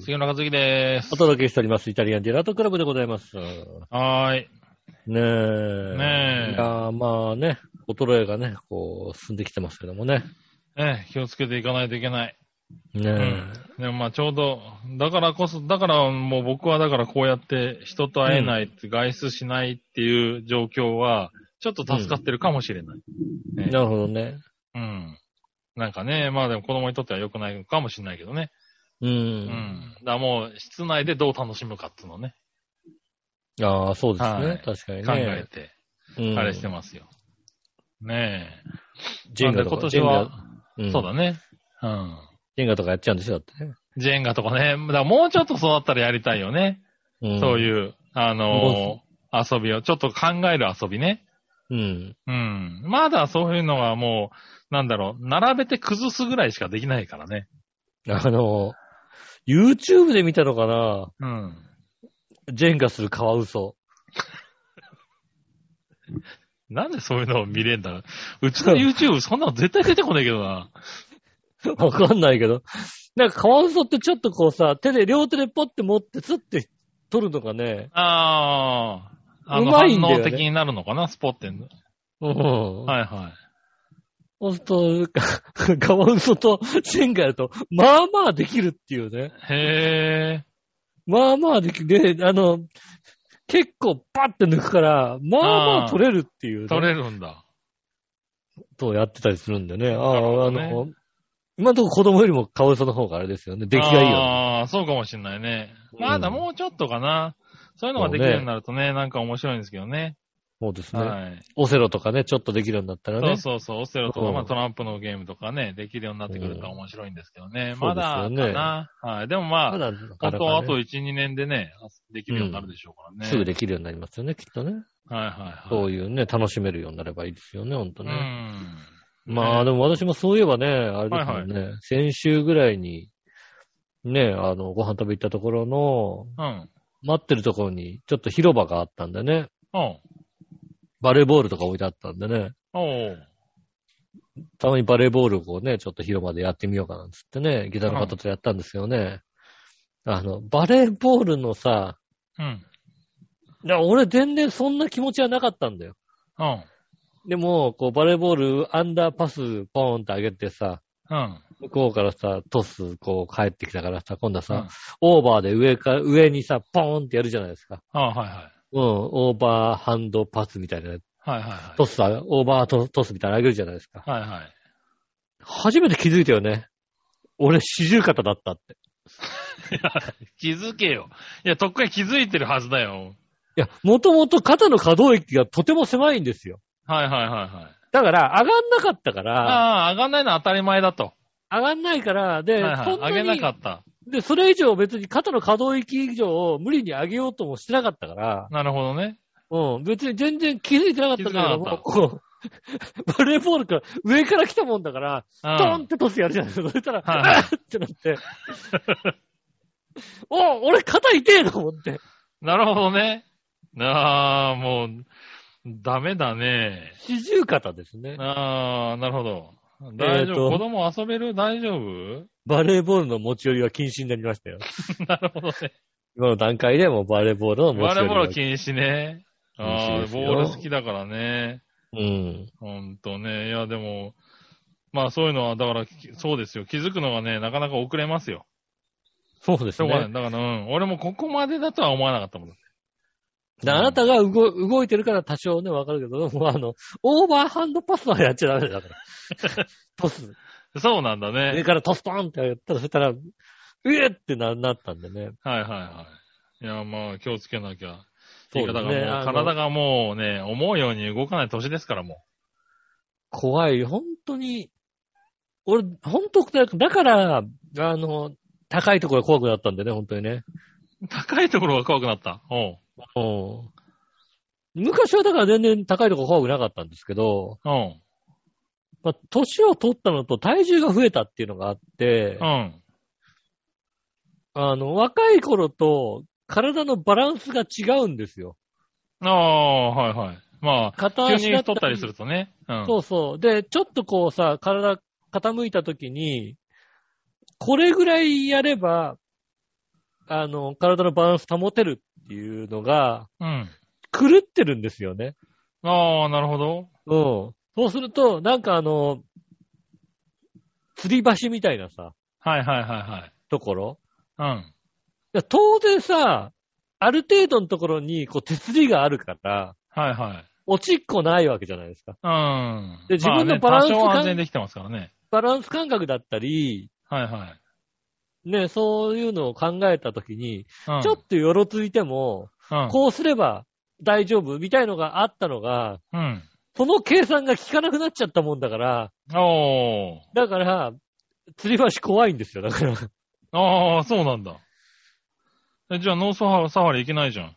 杉村和樹です
お。届けしております、イタリアンジェラートクラブでございます。ね
はーい。
え。
ねえ
いやーまあね、衰えがね、こう、進んできてますけどもね。
ね、気をつけていかないといけない。
ねえ。
うん。でもまあちょうど、だからこそ、だからもう僕はだからこうやって人と会えない、外出しないっていう状況は、ちょっと助かってるかもしれない。ね
なるほどね。
うん。なんかね、まあでも子供にとっては良くないのかもしれないけどね。
う。
うんん。だからもう室内でどう楽しむかっていうのをね、
ああ、そうですね。
はい
確かにね。
考えて、
うん
あれしてますよ。ねえ。
ジェンガとか。
なんで今年は、
ジェンガ、ん
そうだね。うん。
ジェンガとかやっちゃうんでしょだってね。
ジェンガとかね。だからもうちょっとそうだったらやりたいよね。
うん
そういう、あのー遊びを、ちょっと考える遊びね。
うん。
うん。まだそういうのはもう、なんだろう、並べて崩すぐらいしかできないからね。
あの、YouTube で見たのかな
うん。
ジェンガするカワウソ。
なんでそういうのを見れんだろう。うち の YouTube そんなの絶対出てこないけどな。
わかんないけど。なんかカワウソってちょっとこうさ、手で、両手でポッて持って、スッて取るのがね、
ああ。あの、
うまいんだよ
反
ね
応的になるのかな、スポってんの。
うん。
はいは
ほん と、カカワウソとジェンガやると、まあまあできるっていうね。
い。へえ。
まあまあできる。で、あの、結構パッて抜くから、まあま
あ
あ
ー
取れるっていう、ね。
取れるんだ。
とやってたりするんでね。あ
なるほ
あ、
ど
あ
ね
の、今のとこ子供よりもカワウソの方があれですよね。出来がいいよね。
ああ、そうかもしんないね。まだ
うん
もうちょっとかな。そういうのができるようになるとね、なんか面白いんですけどね。
そうですね。
はい。
オセロとかね、ちょっとできるようになったら
そう
ね。
そうそう、オセロと
う
か、
ん
まあ、トランプのゲームとかね、できるようになってくると面白いんですけどね。
ん
まだか
そうですよね
な。はい。でもま
ま
あ、
だなか
本
な
当は
か
あと
ね、
1、2年でね、できるようになるでしょうからね。
すぐできるようになりますよね、きっとね。
はいはい
そ
はい。
ういうね、楽しめるようになればいいですよね、ほんと
う
ね。
ん。
ま あ、でも私もそういえばね、あれです
は
よ
い
ね、先週ぐらいに、ね、あの、ご飯食べ行ったところの、
うん。
待ってるところに、ちょっと広場があったんでね、
おう
バレーボールとか置いてあったんでね、
おう
たまにバレーボールをね、ちょっと広場でやってみようかなんつってね、ギターの方とやったんですよね。あの、バレーボールのさ、
うん。
いや俺全然そんな気持ちはなかったんだよ。
うん。
でも、こう、バレーボール、アンダーパス、ポーンって上げてさ、
うん。
向こうからさ、トス、こう、帰ってきたからさ、今度はさ、
うん
オーバーで上か、上にさ、ポーンってやるじゃないですか。
あはいはい。
うん、オーバーハンドパスみたいな、
はいはいはい。
トスさ、オーバートトスみたいなの上げるじゃないですか。
はいはい。
初めて気づいたよね。俺、四十肩だったって。
気づけよ。いや、とっくに気づいてるはずだよ。
いや、もともと肩の可動域がとても狭いんですよ。
はいはいはいはい。
だから、上がんなかったから、
ああ、上がんないのは当たり前だと。
上がんないから、で、
はいはい
そんなに
上げなかった。
で、それ以上別に肩の可動域以上を無理に上げようともしてなかったから、
なるほどね。
うん、別に全然気づいてなかったんだけど、
気づかなか
も
った
こう、 バレーボールから上から来たもんだから、
う
トンっ
ん。
てトスやるじゃないですか。そしたら、
はいはい
あーってなって、 お俺肩痛えと思って。
なるほどね。ああ、もう、ダメだね。
四十肩ですね。
ああ、なるほど。
え
大
ー
丈
と
夫。子供遊べる大 丈夫
バレーボールの持ち寄りは禁止になりましたよ。
なるほどね。
今の段階でもうバレーボールの持ち
バ
寄
レー
り
ボ
は
ール禁止ね。
禁止
ああ、
ですよ
ボール好きだからね。
うん。
ほんとね。いや、でも、まあそういうのは、だから、きそうですよ。気づくのがね、なかなか遅れますよ。
そうで
し
す
ょうがない。
ね。
だから、うん。俺もここまでだとは思わなかったもん。
であなたが動動いてるから多少ね、わかるけど、もうあの、オーバーハンドパスはやっちゃダメだ から。トス、
そうなんだね
上。からトスポーンってやったら、そしたら、うえってななったんでね。
はいはいはい。いや、まあ、気をつけなきゃ。
そうですね
だからもう、
あの
体がもうね、思うように動かない年ですから、も
怖い。本当に、俺、本当だだから、あの、高いところが怖くなったんでね、本当にね。
う。高いところが怖くなった。おう。
うん。昔はだから全然高いところ怖くなかったんですけど、
おう。
まあ、年を取ったのと体重が増えたっていうのがあって
う、ん。
あの、若い頃と体のバランスが違うんですよ。
ああ、はいはい。ま
片
あ、急
足だ
に
った
取
り
ったりするとね。うん。
そうそう。で、ちょっとこうさ、体傾いた時に、これぐらいやれば、あの、体のバランス保てるっていうのが、
うん。
狂ってるんですよね。
ああ、なるほど。
うん。そうすると、なんかあの、吊り橋みたいなさ、
はいはいはい
ところ。
はい。う
い
ん。
や当然さ、ある程度のところに、こう、手すりがあるから、
はいはい。
落ちっこないわけじゃないですか。
うん。
で自分のバラ
まあ
ンス
ね、多
感
少は安全できてますからね。
バランス感覚だったり、
はいはい。
ね、そういうのを考えたときに、
うん、
ちょっとよろついても、
うん、
こうすれば大丈夫みたいのがあったのが、
うん。
その計算が効かなくなっちゃったもんだから、
おー。
だから、釣り橋怖いんですよ、だから。
ああ、そうなんだ。えじゃあ、ノースサファサファリ行けないじゃん。。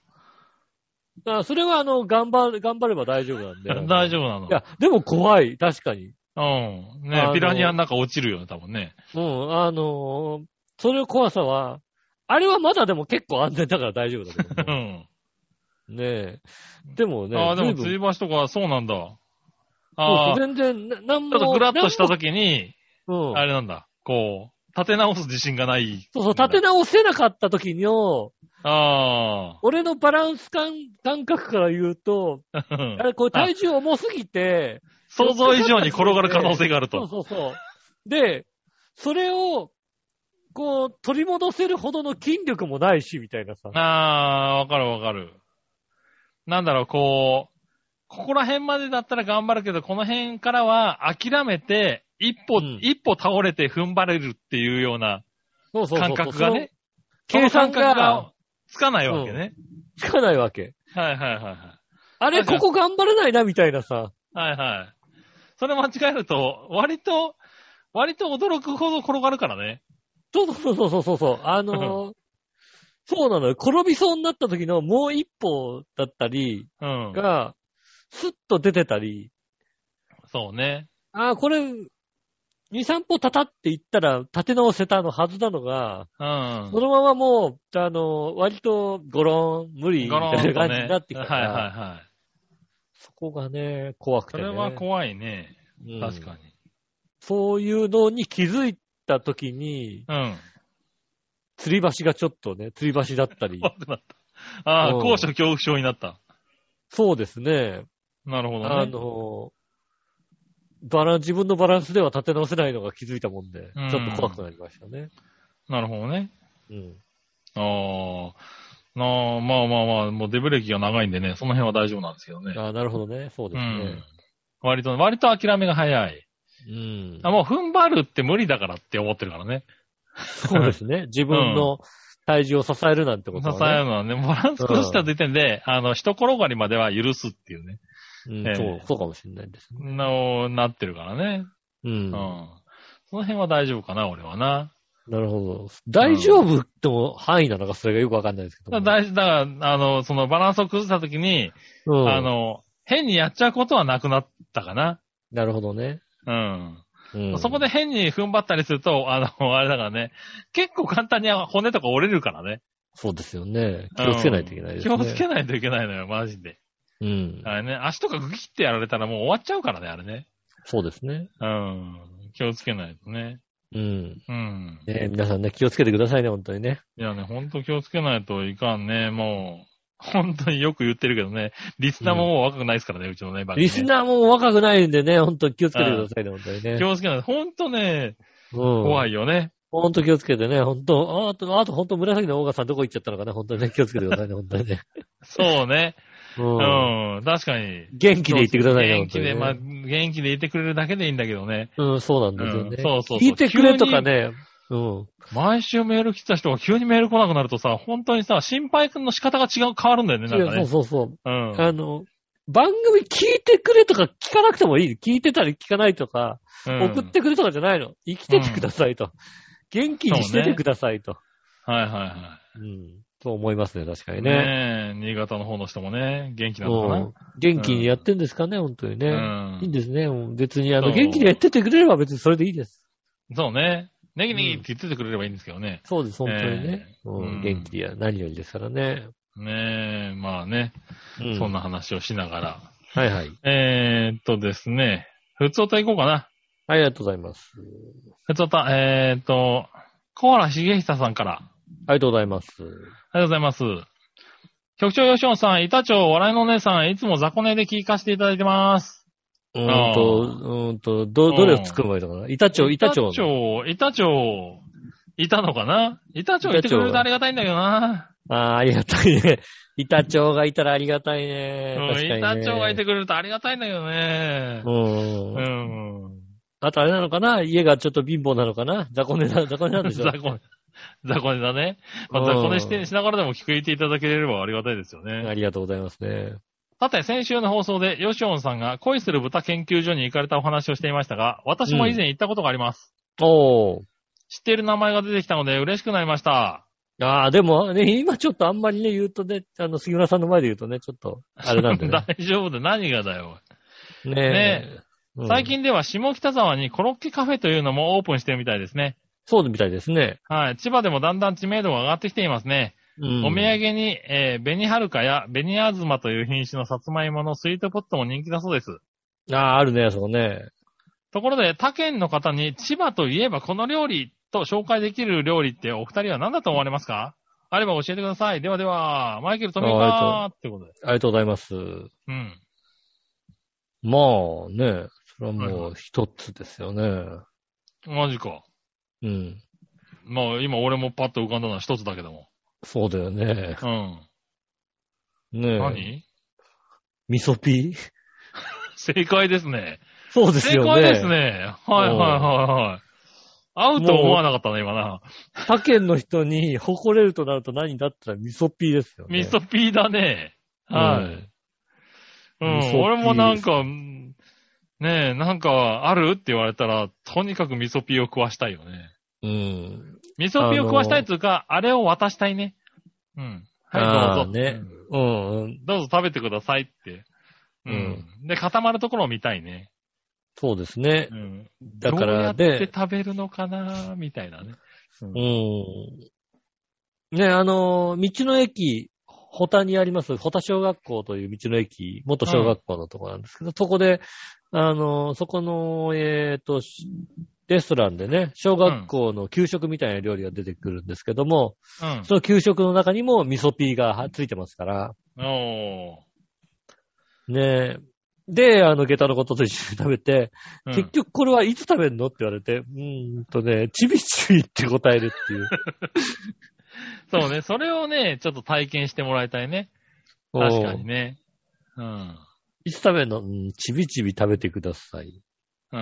だからそれは、あの、頑張る、頑張れば大丈夫なんで
大丈
夫。
夫なの
い。や、でも怖い、確かに。
うん。
あ
ね
の
ピラニアの中落ちるよね、多分ね。
うん、あのーそれの怖さは、あれはまだでも結構安全だから大丈夫だけ
う
どね。
ん。
ねえ。でもね、
ああ、でも、吊
随分
り橋とか、そうなんだ。
そう
ああ、ち
全然、ななんも。
ょっとグラッとした時に、
なんもうん。
あれなんだ、こう、立て直す自信がない。
そうそう、立て直せなかった時の、
あ
俺のバランス感感覚から言うと、
あ。
あれ、これ体重重すぎて、
想像以上に転がる可能性がある
そう
と。
そうそう。で、それを、こう、取り戻せるほどの筋力もないし、みたいなさ。
ああ、わかるわかる。なんだろう、こう、ここら辺までだったら頑張るけど、この辺からは諦めて、一歩、
うん
一歩倒れて踏ん張れるっていうような
そうそうそう。
感覚がね、
その。計算
その感覚
が
つかないわけね。
つかないわけ。
はいはいはいはい。
あれ、ここ頑張れないな、みたいなさ。
はいはい。それ間違えると、割と、割と驚くほど転がるからね。
そうそうそうそうそうそう。あのーそうなのよ。転びそうになった時のもう一歩だったり
うん。
が、スッと出てたり、
そうね。
ああ、これ、2、3歩たたっていったら立て直せたのはずなのが、
うん。
そのままもう、あのー、割とゴロン、無理み
ゴロ
た
ー
いな
ンと
感じ
ね。
になってきたか
はい
ら、
はいはい。
そこがね、怖く
そ
てね。
れは怖いね。
うん
確かに。
そういうのに気づいた時に、
うん。
吊り橋がちょっとね、吊り橋だった り。
怖くなった。ああ、
うん
高所恐怖症になった。
そうですね。
なるほどね。
あの、バラン、自分のバランスでは立て直せないのが気づいたもんで、
うん
ちょっと怖くなりましたね。
なるほどね。
うん。
ああ、なあ、まあまあまあ、もうデブ歴が長いんでね、その辺は大丈夫なんですけどね。
ああ、なるほどね。そうで
う
す
ん
ね。。
割と、割と諦めが早い。
うん。
あもう踏ん張るって無理だからって思ってるからね。
そうです ね。自分の体重を支えるなんてこと
支え
はね。
るのはね、バランス崩した時点で、あの、一転がりまでは許すっていうね、
うん
ええ
そう、そうかもしれないですね。
の、なってるからね。
う
うんん。。その辺は大丈夫かな、俺はな。
なるほど。大丈夫っても範囲なのか、それがよくわかんないですけども。
だ大事だから、あの、そのバランスを崩した時に、
うん
あの、変にやっちゃうことはなくなったかな。
なるほどね。
うん。
うん
そこで変に踏ん張ったりすると、あの、あれだからね、結構簡単に骨とか折れるからね。
そうですよね。気をつけないといけないですね。
うん気をつけないといけないのよ、マジで。
うん。
あれね、足とかグキってやられたらもう終わっちゃうからね、あれね。
そうですね。
うん。気をつけないとね。
うん。
うん。
ねえ皆さんね、気をつけてくださいね、本当にね。
いやね、ほんと気をつけないといかんね、もう。本当によく言ってるけどね、リスナーももう若くないですからね、うちのね、番組ね
リスナーも若くないんでね、本当に気をつけてくださいね、本当にね
気。をつけないと。ほんとね、
怖
怖。いよね。
本当気をつけてね、本当ああと、あと本当紫のオーガさんどこ行っちゃったのかね、本当にね、気をつけてくださいね、本当にね。
そうね。
う。
うんん。確かに。
元気でいてくださいね、
元気で、まあ、
本
元気でいてくれるだけでいいんだけどね。
当にねうん、そうなんですよね。
うんそうそうそう
聞いてくれとかね、うん。
毎週メール来てた人が急にメール来なくなるとさ、本当にさ、心配の仕方が違う、変わるんだよね、なんか
そう
ね。
そうそう。
うん。
あの、番組聞いてくれとか聞かなくてもいい。聞いてたり聞かないとか、
うん
送ってくれとかじゃないの。生きててくださいと。元気にしててくださいと。
はいはいは
うん。と思いますね、確か
い。
にね。
ねえ、新潟の方の人もね、元気なのか
う。
なん
元気にやってんですかね、本当にね。
うん
いいんですね。もう別に、あ
そ
の、
う
元気にやっててくれれば別にそれでいいです。
そうね。ネギネギって言っててくれればいいんですけどね。
そうです、本当にね。
ええ
う
うん
ん、元気でや、何よりですからね。
ねえ、まあね、
うん
そんな。話をしながら。
はいはい。
えー、っとですね、普通と行こうかな。
ありがとうございます。
普通と、えー、っと、小原茂久さんから。
ありがとうございます。
ありがとうございます。局長吉野さん、板長、笑いのお姉さん、いつも雑魚寝で聞かせていただいてます。
うーんと、うーんと、ど、どれを作ればいいのかな板長、板長の。
板長、板長、いたのかな板長いてくれるとありがたいんだけどな。
ああー、ありがたいね。 板長がいたらありがたいね。
うん、
確かにね
板長がいてくれるとありがたいんだけどね
う。ん。
うん。
あとあれなのかな家がちょっと貧乏なのかな雑魚寝 な、雑魚寝なんでし
雑
ょ
魚寝。雑魚寝だね。ま
う
あ、
ん
雑魚寝して、しながらでも聞いていただければありがたいですよね。
ありがとうございますね。
さて、先週の放送で、ヨシオンさんが恋する豚研究所に行かれたお話をしていましたが、私も以前行ったことがあります。
おー。
知っている名前が出てきたので嬉しくなりました。
ああ、でもね、今ちょっとあんまりね、言うとね、あの、杉村さんの前で言うとね、ちょっと、あれなんでね。
大丈夫 だ。何がだよ。
ね
ね
うん
最近では下北沢にコロッケカフェというのもオープンしてるみたいですね。
そうみたいですね。
はい。千葉でもだんだん知名度が上がってきていますね。
うん
お土産に、えー、紅はるかや紅あずまという品種のさつまいものスイートポットも人気だそうです。
ああ、あるね、そこね。
ところで、他県の方に千葉といえばこの料理と紹介できる料理ってお二人は何だと思われますかあれば教えてください。ではでは、マイケル富
あ
岡ってことで。
ありがとうございます。
うん。
まあね、それはもう一つですよね。
マジか。
うん。
まあ、今俺もパッと浮かんだのは一つだけども。
そうだよね。
うん。
ねえ
何
味噌ピー
正解ですね。
そうです
正
よね。
解ですね。はいはいはいはい。合うと思わなかったね、今な。
他県の人に誇れるとなると何だったら味噌ピーですよね。
味噌ピーだね。はい。う
味噌ピ
ん。
ー
俺もなんか、うんねえ、なんか、あるって言われたら、とにかく味噌ピーを食わしたいよね。
うん。
味噌ピーを食わしたいっていうか、あれを渡したいね。うん。はい、どう
あー
ぞ。
ね
う
う
ん
ん。うん。
どうぞ食べてくださいって。うん。で、固まるところを見たいね。
そうですね
う。ん。
だから、
どうやっ
で
て、食べるのかなみたいなね。
うん。ね、あのー、道の駅、ホタにあります、ホタ小学校という道の駅、元小学校のとこなんですけど、そこで、あのー、そこの、えっ、と、しレストランでね、小学校の給食みたいな料理が出てくるんですけども、
うん。
その給食の中にも味噌ピーがはついてますから、
お
ねで、あの、下駄のことと一緒に食べて、
ー。
結局これはいつ食べるのって言われて、うーんとね、ちびちびって答えるっていう。
うんそうね。それをね、ちょっと体験してもらいたいね。 確かにね。うん。
いつ食べるのうん、ちびちび食べてください。
うん。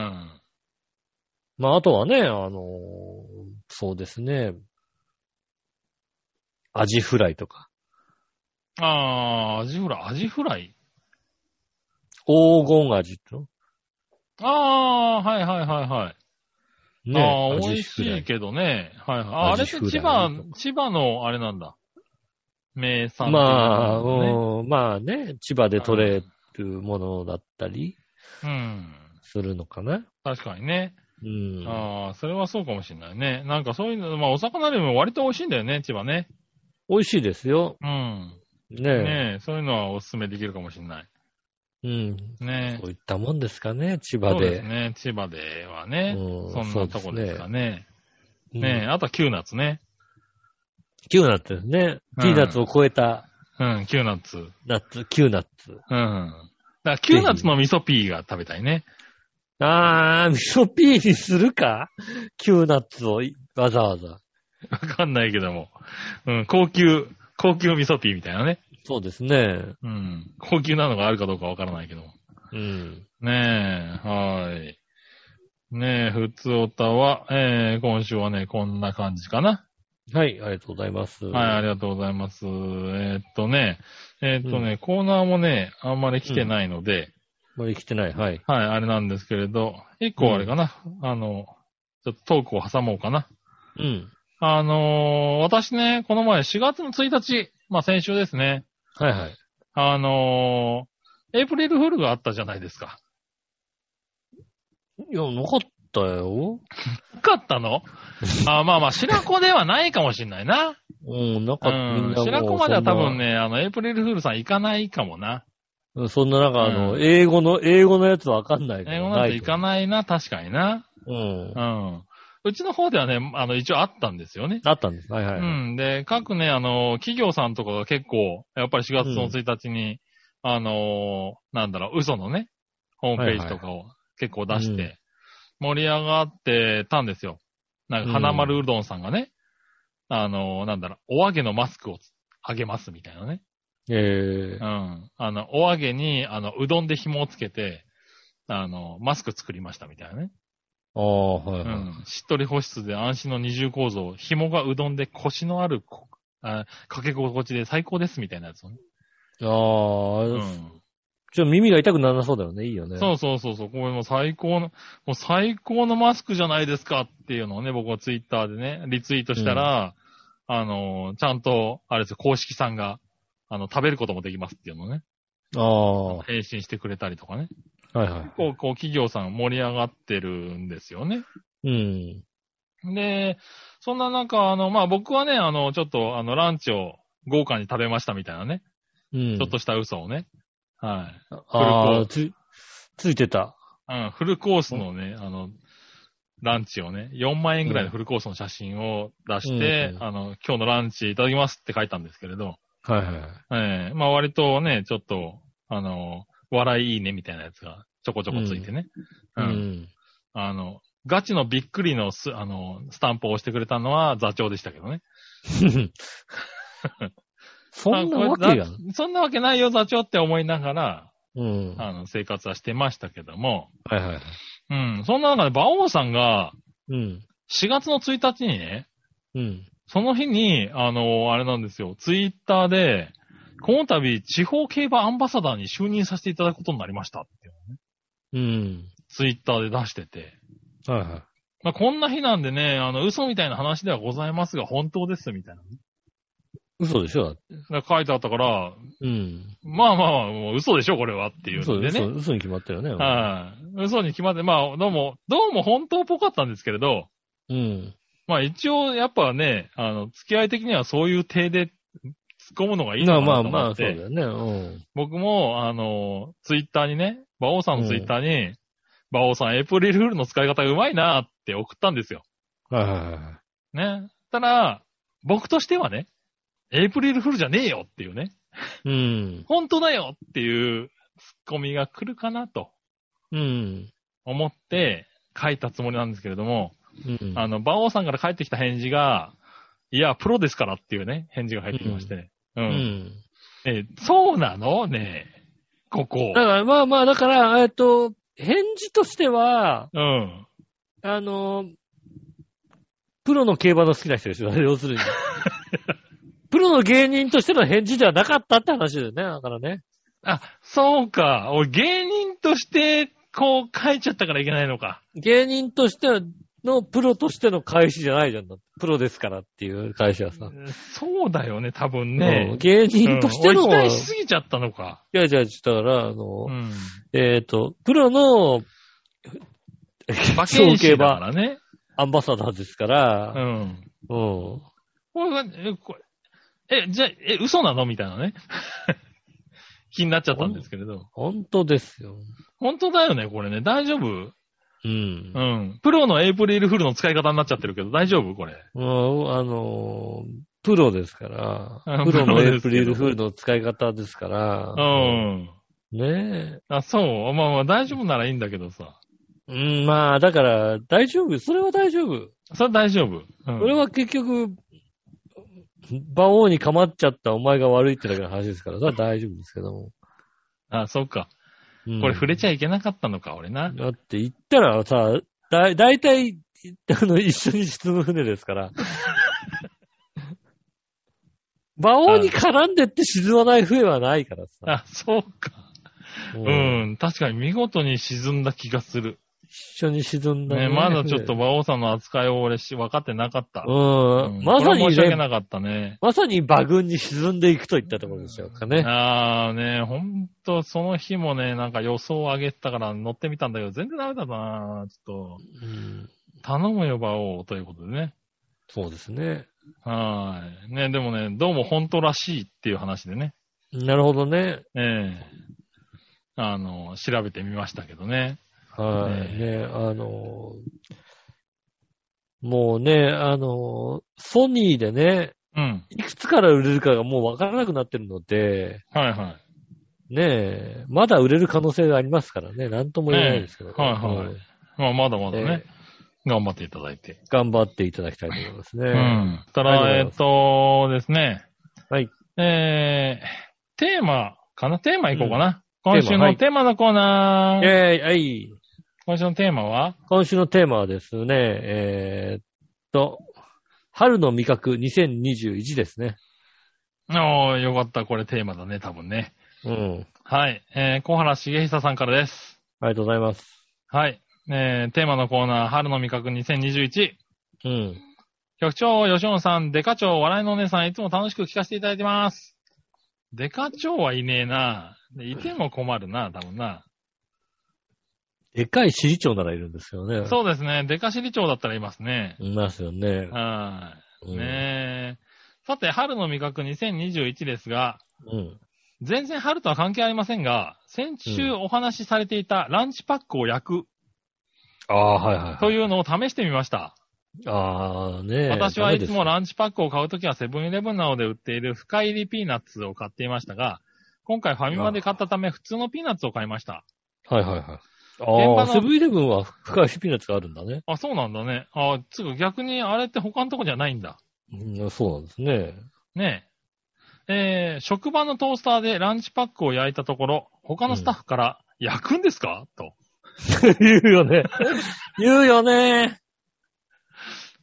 まあ、あとはね、あの、そうですね。アジフライとか。
ああ、アジフライ、アジフライ
黄金味と。
ああー、はいはいはいはい。
ね。
ああ、
ア
美
ジ
味
フ
し
ラ
い
イ。
けどね。はいはい。ああ
ア
れっ
ジ
て
フ
千
ラ
葉
イと、
千葉の、あれなんだ。名産、
まあ、
ね、
うん、まあね、千葉で取れるものだったり
うん。
するのかな。
確かにね。
うん。
ああ、それはそうかもしれないね。なんかそういうの、まあお魚でも割と美味しいんだよね、千葉ね。
美味しいですよ。
うん。
ね
ねえ、そういうのはおすすめできるかもしれない。
うん。
ね
そういったもんですかね、千
え。
葉
そうで。
です
ね。千葉ではね。
うん
そんなとこですかね。
うん
ねえ、あとはキューナッツね。
キューナッツですね。
うん
ピーナッツを超えた
うん、キューナッツ。うん。
ナッツ、キューナッツ。
だからキューナッツの味噌ピーが食べたいね。
あー、味噌ピーにするかキューナッツをいわざわざ。
わかんないけども。うん、高級、高級味噌ピーみたいなね。
そうですね。
うん。高級なのがあるかどうかわからないけども。
うん。
ねえ、はい。ねえ、ふつおたは、えー、今週はね、こんな感じかな。
はい、ありがとうございます。
はい、ありがとうございます。えーっとね、えーっとね、コーナーもね、あんまり来てないので、
まり来てない。はい。
はい、あれなんですけれど、一個あれかな、あの、ちょっとトークを挟もうかな。
うん。
あのー私ね、この前4月の1日、まあ先週ですね、
はいはい。
あのーエイプリルフールがあったじゃないですか。
いや、なかったよ。
よかっ たのあまあまあ、白子ではないかもしんないな。
うん、なか
う
った。みん。
ん
なもう
白子までは多分ね、あの、エイプリルフールさん行かないかもな。
うんそんななんかあの、
うん
英語の、英語のやつわかんないから
英語なんて行か
な
ないな、確かにな。
いと思う。
う
うん。
ん。うちの方ではね、あの、一応あったんですよね。
あったんです。はいはい。
うん。で、各ね、あの、企業さんとかが結構、やっぱり4月の1日に、あの、なんだろう、嘘のね、ホームページとかを結構出し
う
て、盛り上がってたんですよ。なんか、花丸うどんさんがね、あの、なんだろう、お揚げのマスクをあげますみたいなね。
え
う、ん。あの、お揚げに、あの、うどんで紐をつけて、あの、マスク作りましたみたいなね。
ああ、はいうはい。
ん。しっとり保湿で安心の二重構造。紐がうどんで腰のあるこあかけ心地で最高ですみたいなやつをね。
ああ、
うん。
ちょっと耳が痛くならなそうだよね。いいよね。
そうそうそうそう。これもう最高の、もう最高のマスクじゃないですかっていうのをね、僕はツイッターでね、リツイートしたら、あの、ちゃんと、あれですよ、公式さんが、あの、食べることもできますっていうのをね、
ああ、は
返信してくれたりとかね。
いは
結構こう企業さん盛り上がってるんですよね。
い。うん。
で、そんな中、あの、まあ、僕はね、あの、ちょっと、あの、ランチを豪華に食べましたみたいなね、
うん。
ちょっとした嘘をね、
あ
はフルコー
あ、つ、ついてた。
い。うん、フルコースのね、あの、ランチをね、4万円ぐらいのフルコースの写真を出して、
うん
あの、今日のランチいただきますって書いたんですけれど、
はいはい。
ええまあ、割とね、ちょっと、あの、笑いいいねみたいなやつがちょこちょこついてね、
う
うん
ん。
あの、ガチのびっくりのス、あの、スタンプを押してくれたのは座長でしたけどね。
そんなわけが
あ。これざそんなわけないよ、座長って思いながら、
うん。は
あの、生活はしてましたけども、
いはい。
うん、そんな中で、馬王さんが、
うん。
4月の1日にね、
うん。
その日に、あの、あれなんですよ、ツイッターで、この度、地方競馬アンバサダーに就任させていただくことになりましたっていう、
うん。
ツイッターで出してて、
はいは
まあ、こんな日なんでね、あの、嘘みたいな話ではございますが、本当です、みたいな。
い。嘘でしょだって
だから書いてあったから、
うん。
まあまあまあ、もう嘘でしょ、これはっていうん
嘘
でね
嘘。嘘に決まったよね。
はい。嘘に決まって、まあ、どうも、どうも本当っぽかったんですけれど、
うん。
まあ一応、やっぱね、あの、付き合い的にはそういう体で突っ込むのがいい
ま
の
あ
か
ま
なと
あ
思って、
まあ、そうだよね。うん。
僕も、あの、ツイッターにね、馬王さんのツイッターに、馬王さん、エイプリルフールの使い方うまいなって送ったんですよ。
はいはいは
ね。ただ、僕としてはね、エイプリルフールじゃねえよっていうね、
い。うん。
本当だよっていう突っ込みが来るかなと
うん。
思って書いたつもりなんですけれども、
うん。
あの、馬王さんから返ってきた返事が、いや、プロですからっていうね、返事が入ってきましてね。うん。
うん。
え、そうなのねえここ
だ。から、まあまあ、だから、えっと、返事としては、
うん。
あの、プロの競馬の好きな人ですよ、 要 するに。プロの芸人としての返事ではなかったって話だよね、だからね。
あ、そうか。俺芸人として、こう書いちゃったからいけないのか。
芸人としての、プロとしての返しじゃないじゃん。プロですからっていう返しはさ。
そうだよね、多分
うん
ね。
芸人としての、い
うん俺期待しすぎちゃったのか。
やいや、だから、あの、
うん。
えっ、と、プロの、競競
馬券師だか
馬
らね。
アンバサダーですか
う
ら、
ん。
うん。
これが、え、これ、え、じゃあ、え、嘘なのみたいなね。 気になっちゃったんですけれど。
本当ですよ。
本当だよね、これね。大丈夫
うん
う。ん。プロのエイプリルフールの使い方になっちゃってるけど、大丈夫これ。
うん、あの、プロですから、
うん
プロの
プロ
エ
で
イ
す
プ
けど
リルフールの使い方ですか
う
ら、
ん。
ね
あ、そう。まあまあ、大丈夫ならいいんだけどさ。
え。うん、まあ、だから、大丈夫。それは大丈夫。
それは大丈夫。うん、
それは結局、馬王に構っちゃったお前が悪いってだけの話ですから、それは大丈夫ですけども。
あ、そうか。
うん
これ触れちゃいけなかったのか、俺な。
だって言ったらさ、だ、だいたい、あの、一緒に沈む船です から。馬王に絡んでって沈まない船はないからさ。
あ、そうか。
う
う。ん。確かに見事に沈んだ気がする。
一緒に沈んだ
ね、まだちょっと。馬王さんの扱いを俺し、分かってなかった。
う。
うんん
まさ
これは
に
申し訳
ね、
なかったね。
まさに馬群に沈んでいくといったところでしょうかね。
ああね、ほんと、その日もね、なんか予想を上げてたから乗ってみたんだけど、全然ダメだったなちょっ
うん
と、頼むよ、馬王、ということでね。
そうですね。
はーい。ね、でもね、どうも本当らしいっていう話でね。
なるほどね。
ええあの、調べてみましたけどね。
はい。
ね
ね、あのーもうね、あのーソニーでね、
うん。
いくつから売れるかがもうわからなくなってるので、
はいはい。
ねえ、まだ売れる可能性がありますからね、なんとも言えないですけど、
ねはいはいまあ、まだまだね
え、
頑張っていただいて。
頑張っていただきたいと思いますね。
うん。た
あ
ら、え
りが
っとですね。
はい。
えー、テーマかなテーマいこうかな。
ん
今週のテーマのコーナー。
えーはい。
今週のテーマは
今週のテーマはですね、えーっと、春の味覚2021ですね。
おー、よかった。これテーマだね、多分ね。
うん。
はい。えー、小原茂久さんからです。
ありがとうございます。
はい。えー、テーマのコーナー、春の味覚2021。
うん。
局長、吉野さん、デカ長、笑いのお姉さん、いつも楽しく聞かせていただいてます。デカ長はいねえな。でいても困るな、多分な。
でかい支持長ならいるんですけどね。
そうですね。デカ理長だったらいますね。
いますよね。
は
う
い。
ん
ねえ。さて、春の味覚2021ですが、
うん。
全然春とは関係ありませんが、先週お話しされていたランチパックを焼く
ああ、はいはいはい。
というのを試してみました。
ああ、ねえ
私はいつも
ダ
ランチパックを買うときはセブンイレブンなどで売っている深入りピーナッツを買っていましたが、今回ファミマで買ったため普通のピーナッツを買いました。
メですはいはいはい。ああ、
現場
セ
の
ブンイレブンは深いピーナッツがあるんだね。
あ、そうなんだね。あ、つうか逆にあれって他のとこじゃないんだ。
うん、そうなんです ね。
ねえ。えー、職場のトースターでランチパックを焼いたところ、他のスタッフから、焼くんですかと。
言うよね。言うよね。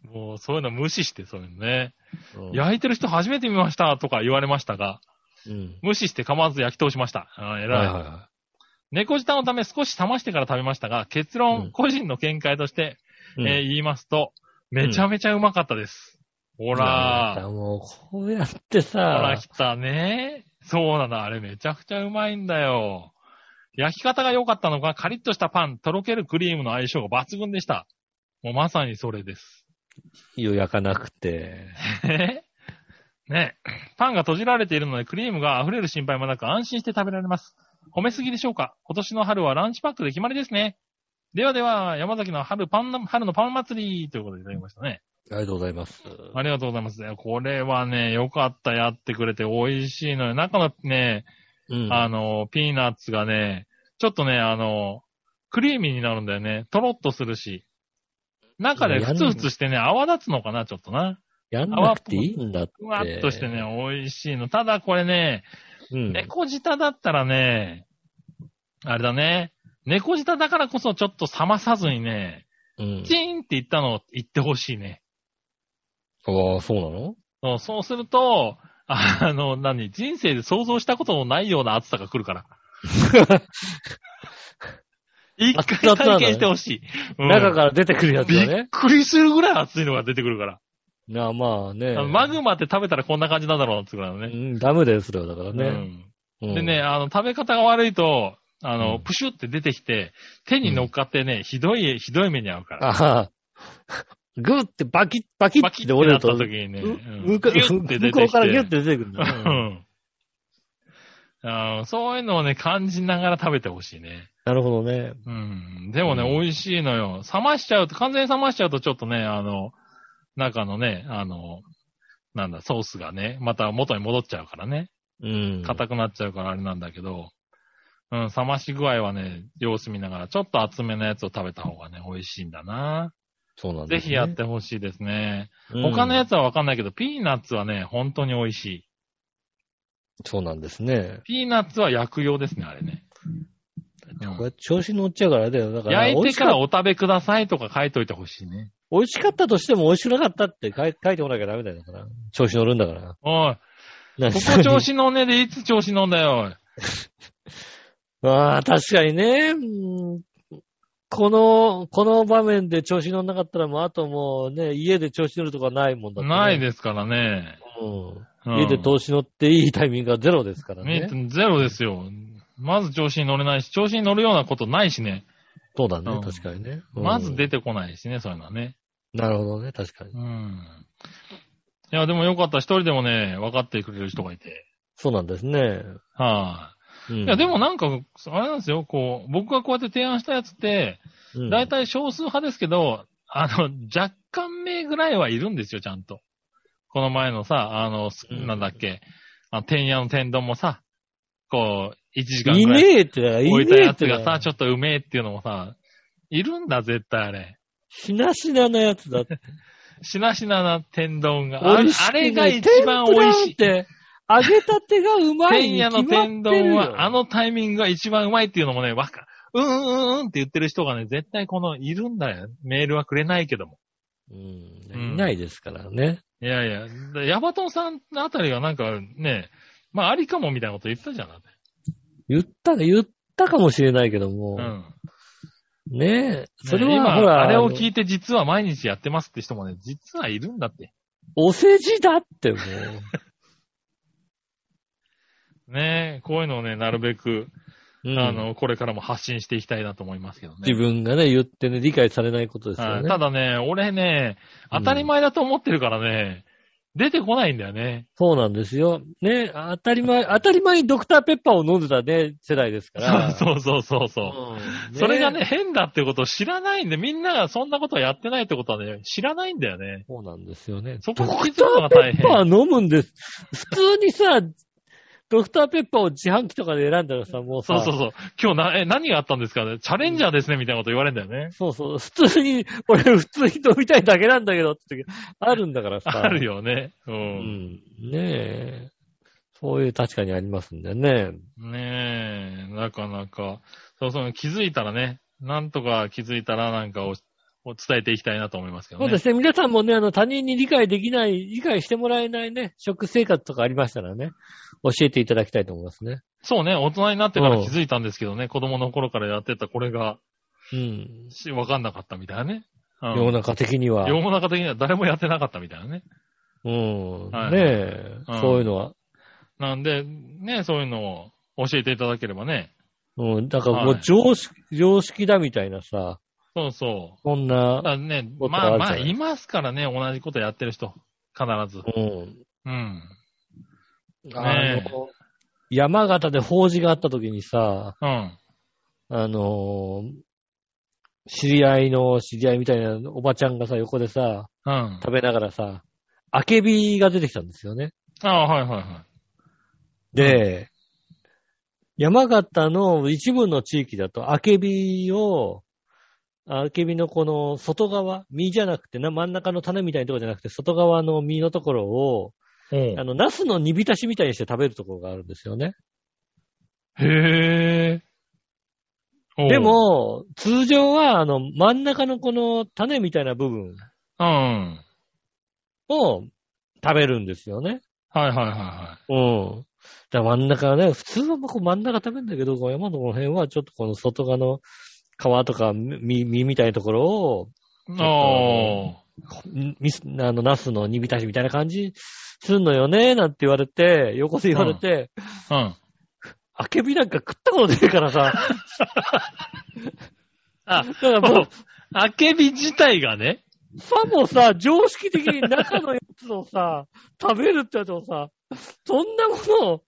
もうそういうの無視して、そういうのね。
うん、
焼いてる人初めて見ましたとか言われましたが、
うん。
無視して構わず焼き通しました。あー
は
偉い。
いはいは
猫舌のため少し冷ましてから食べましたが、結論、
うん
個人の見解として、
い。
えー
え
言いますと、めちゃめちゃうまかったです。ほらー、
もう、こうやって
ほ
さ
ら来、たね。そうなの、あれめちゃくちゃうまいんだよ。焼き方が良かったのか、カリッとしたパン、とろけるクリームの相性が抜群でした。もうまさにそれです。
湯焼かなくて。
えーねえパンが閉じられているので、クリームが溢れる心配もなく安心して食べられます。褒めすぎでしょうか今年の春はランチパックで決まりですね。ではでは、山崎の春パンの、春のパン祭りということでいただきましたね。
ありがとうございます。
ありがとうございます。いやこれはね、よかった、やってくれて美味しいのよ。中のね、
うん。
あの、ピーナッツがね、ちょっとね、あの、クリーミーになるんだよね。とろっとするし。中でふつふつしてね、泡立つのかな、ちょっとな。
やんなくていいんだって。
ふわっとしてね、美味しいの。ただこれね、
うん。
猫舌だったらね、あれだね、猫舌だからこそちょっと冷まさずにね、
うん。
チーンって言ったのを言ってほしいね。
ああ、そうなの
そうそうすると、あの、何、人生で想像したこともないような暑さが来 るから。一回
暑々なの
体験してほしい。うん
中から出てくるやつだ
びっ
ね。
くりするぐらい暑いのが出てくるから。
なあ、まあね
あの。マグマって食べたらこんな感じなんだろうなってくるから
う
ね。
ん、ダムだよ、それはだからね。
うん
うん
でね、。あの、食べ方が悪いと、あの、
うん
プシュって出てきて、手に乗っかってね、ひどい、ひどい目に遭うから。
ああ。 グーってバキッ、バキッって折れる
なった
と、
時にね、
う
うん
向こう
ギュッて出てきて
向こうからギュッて出てくるんだ。
うんあのそういうのをね、感じながら食べてほしいね。
なるほどね。
うん。でもね、
うん
美味しいのよ。冷ましちゃうと、完全に冷ましちゃうと、ちょっとね、あの、中のね、あの、なんだ、ソースがね、また元に戻っちゃうからね。
うん。
硬くなっちゃうからあれなんだけど、うん、冷まし具合はね、様子見ながら、ちょっと厚めのやつを食べた方がね、美味しいんだな。
そうなん
ぜ
です、ね。
ひやってほしいですね。
うん
他のやつはわかんないけど、ピーナッツはね、本当に美味しい。
そうなんですね。
ピーナッツは薬用ですね、あれね。うん
これ調子乗っちゃうからあれだよ。だから、
焼いてから
美味し
お食べくださいとか書いといてほしいね。
美味しかったとしても美味しくなかったって書い書いてこなきゃダメだよ。だから。調子乗るんだから。
おい、
何
ここ調子のねでいつ調子のんだよ。
ああ、確かにね。うんこの、この場面で調子乗んなかったらもう、あともうね、家で調子乗るとかないもんだってね、
ないですからね。
う。
うんん
家で調子乗っていいタイミングがゼロですからね。
ねゼロですよ。まず調子に乗れないし、調子に乗るようなことないしね。
そうだ
う
ね
ん、
確かにね。うん
まず出てこないしね、そういうのはね。
なるほどね、確かに
う。ん。いや、でもよかった。一人でもね、分かってくれる人がいて。
そうなんですね。
は
うん
い。いや、でも、なんか、あれなんですよ。こう、僕がこうやって提案したやつって、
うん
大体少数派ですけど、あの、若干名ぐらいはいるんですよ、ちゃんと。この前のさ、あの、す
うん
なんだっけ、あ天野の天丼もさ、こう、1時間
い
ぐら
ね
い
えってだ、い
置い
ね
た
え
や
っ
つ
て
がさ、
だ。
ちょっとうめえっていうのもさ、いるんだ、絶対あれ。
しなしななやつだって。
しなしなな天丼が。あ
美
れ
味し
あ
くない
れが一番美味
天
しい。
ぷらなんて、揚げたてがうまい
天
に
野
決まっ
の
てるよ。
天丼は、あのタイミングが一番うまいっていうのもね、わか、うんうんうんうんって言ってる人がね、絶対この、いるんだよ。メールはくれないけども。
うん、いないですからね。
いやいや、だヤバトンさんのあたりがなんかね、まあありかもみたいなこと言ってたじゃん。だって
言ったか、言ったかもしれないけども、
うん。
ねえ、それは、
ね今
ほら、
あれを
あ
聞
の
いて実は毎日やってますって人もね、実はいるんだって。
お世辞だっ てもう、
ねえ、こういうのをね、なるべく、
うん
あの、これからも発信していきたいなと思いますけどね。
自分がね、言ってね、理解されないことです
は
よ
い
ね。
ただね、俺ね、当たり前だと思ってるからね、出てこないんだよね。
そうなんですよ。ね、当たり前、当たり前にドクターペッパーを飲んでたね、世代ですから。う
そうそうそうそう。
ん
それがね、、変だってことを知らないんで、みんながそんなことをやってないってことはね、知らないんだよね。
そうなんですよね。
そこ
ド
に
ク
気づ
タ
くの
ー
が
ペ
大変
ッパー飲むんです。普通にさ、ドクターペッパーを自販機とかで選んだらさ、もう
そ
さ、
うそうそう。今日な、え、何があったんですかねチャレンジャーですね、みたいなこと言われるんだよね。
そうそう。普通に、俺普通に飲みたいだけなんだけどって時あるんだからさ。
あるよね。う。
うんん。ねえ。そういう確かにありますんでね。
ねえ、なかなか。そうそう、気づいたらね、なんとか気づいたらなんかを、を伝えていきたいなと思いますけど
そ
ね。
うですね。皆さんもね、あの、他人に理解できない、理解してもらえないね、食生活とかありましたらね、教えていただきたいと思いますね。
そうね、大人になってから
うん
気づいたんですけどね、子供の頃からやってたこれが、
うん。
しわかんなかったみたいなね。う
世の
ん
中的には。
世の中的には誰もやってなかったみたいなね。
うん。
はい
ねえ、
うん
そういうのは。
なんで、ね、そういうのを教えていただければね。
うん。だからも
は
う
い
常識、常識だみたいなさ、
そうそう。
そん
た
な、
だね、
こと
まあ
あるじ
ま
ゃな
あ、
い
いますからね、同じことやってる人。必ず。
うん。
うん。
あ
ねえ
の、山形で法事があった時にさ、
うん。
あのー知り合いの知り合いみたいなおばちゃんがさ、横でさ、
うん。あ
食べながらさ、あけびが出てきたんですよね。
あ、はいはいは
で、山形の一部の地域だと、あけびを、あけびのこの外側、実じゃなくてな、真ん中の種みたいなところじゃなくて、外側の実のところを、
い。おう
あの、ナスの煮浸しみたいにして食べるところがあるんですよね。
へえ。おう
で、も、通常は、あの、真ん中のこの種みたいな部分
うん。はい
を食べるんですよね。
はいはいは
うん。だから真ん中はね、普通はこう真ん中食べるんだけど、こう山のこの辺はちょっとこの外側の皮とか実実みたいなところを
い。おー。
んミス、あの、ナスの煮浸しみたいな感じすんのよね、なんて言われて、横で言われて、
うん。
あけびなんか食ったことねえからさ。
あ
だからも
もう、あけび自体がね。
う、さもさ、常識的に中のやつをさ、食べるってやつをさ、そんなもの、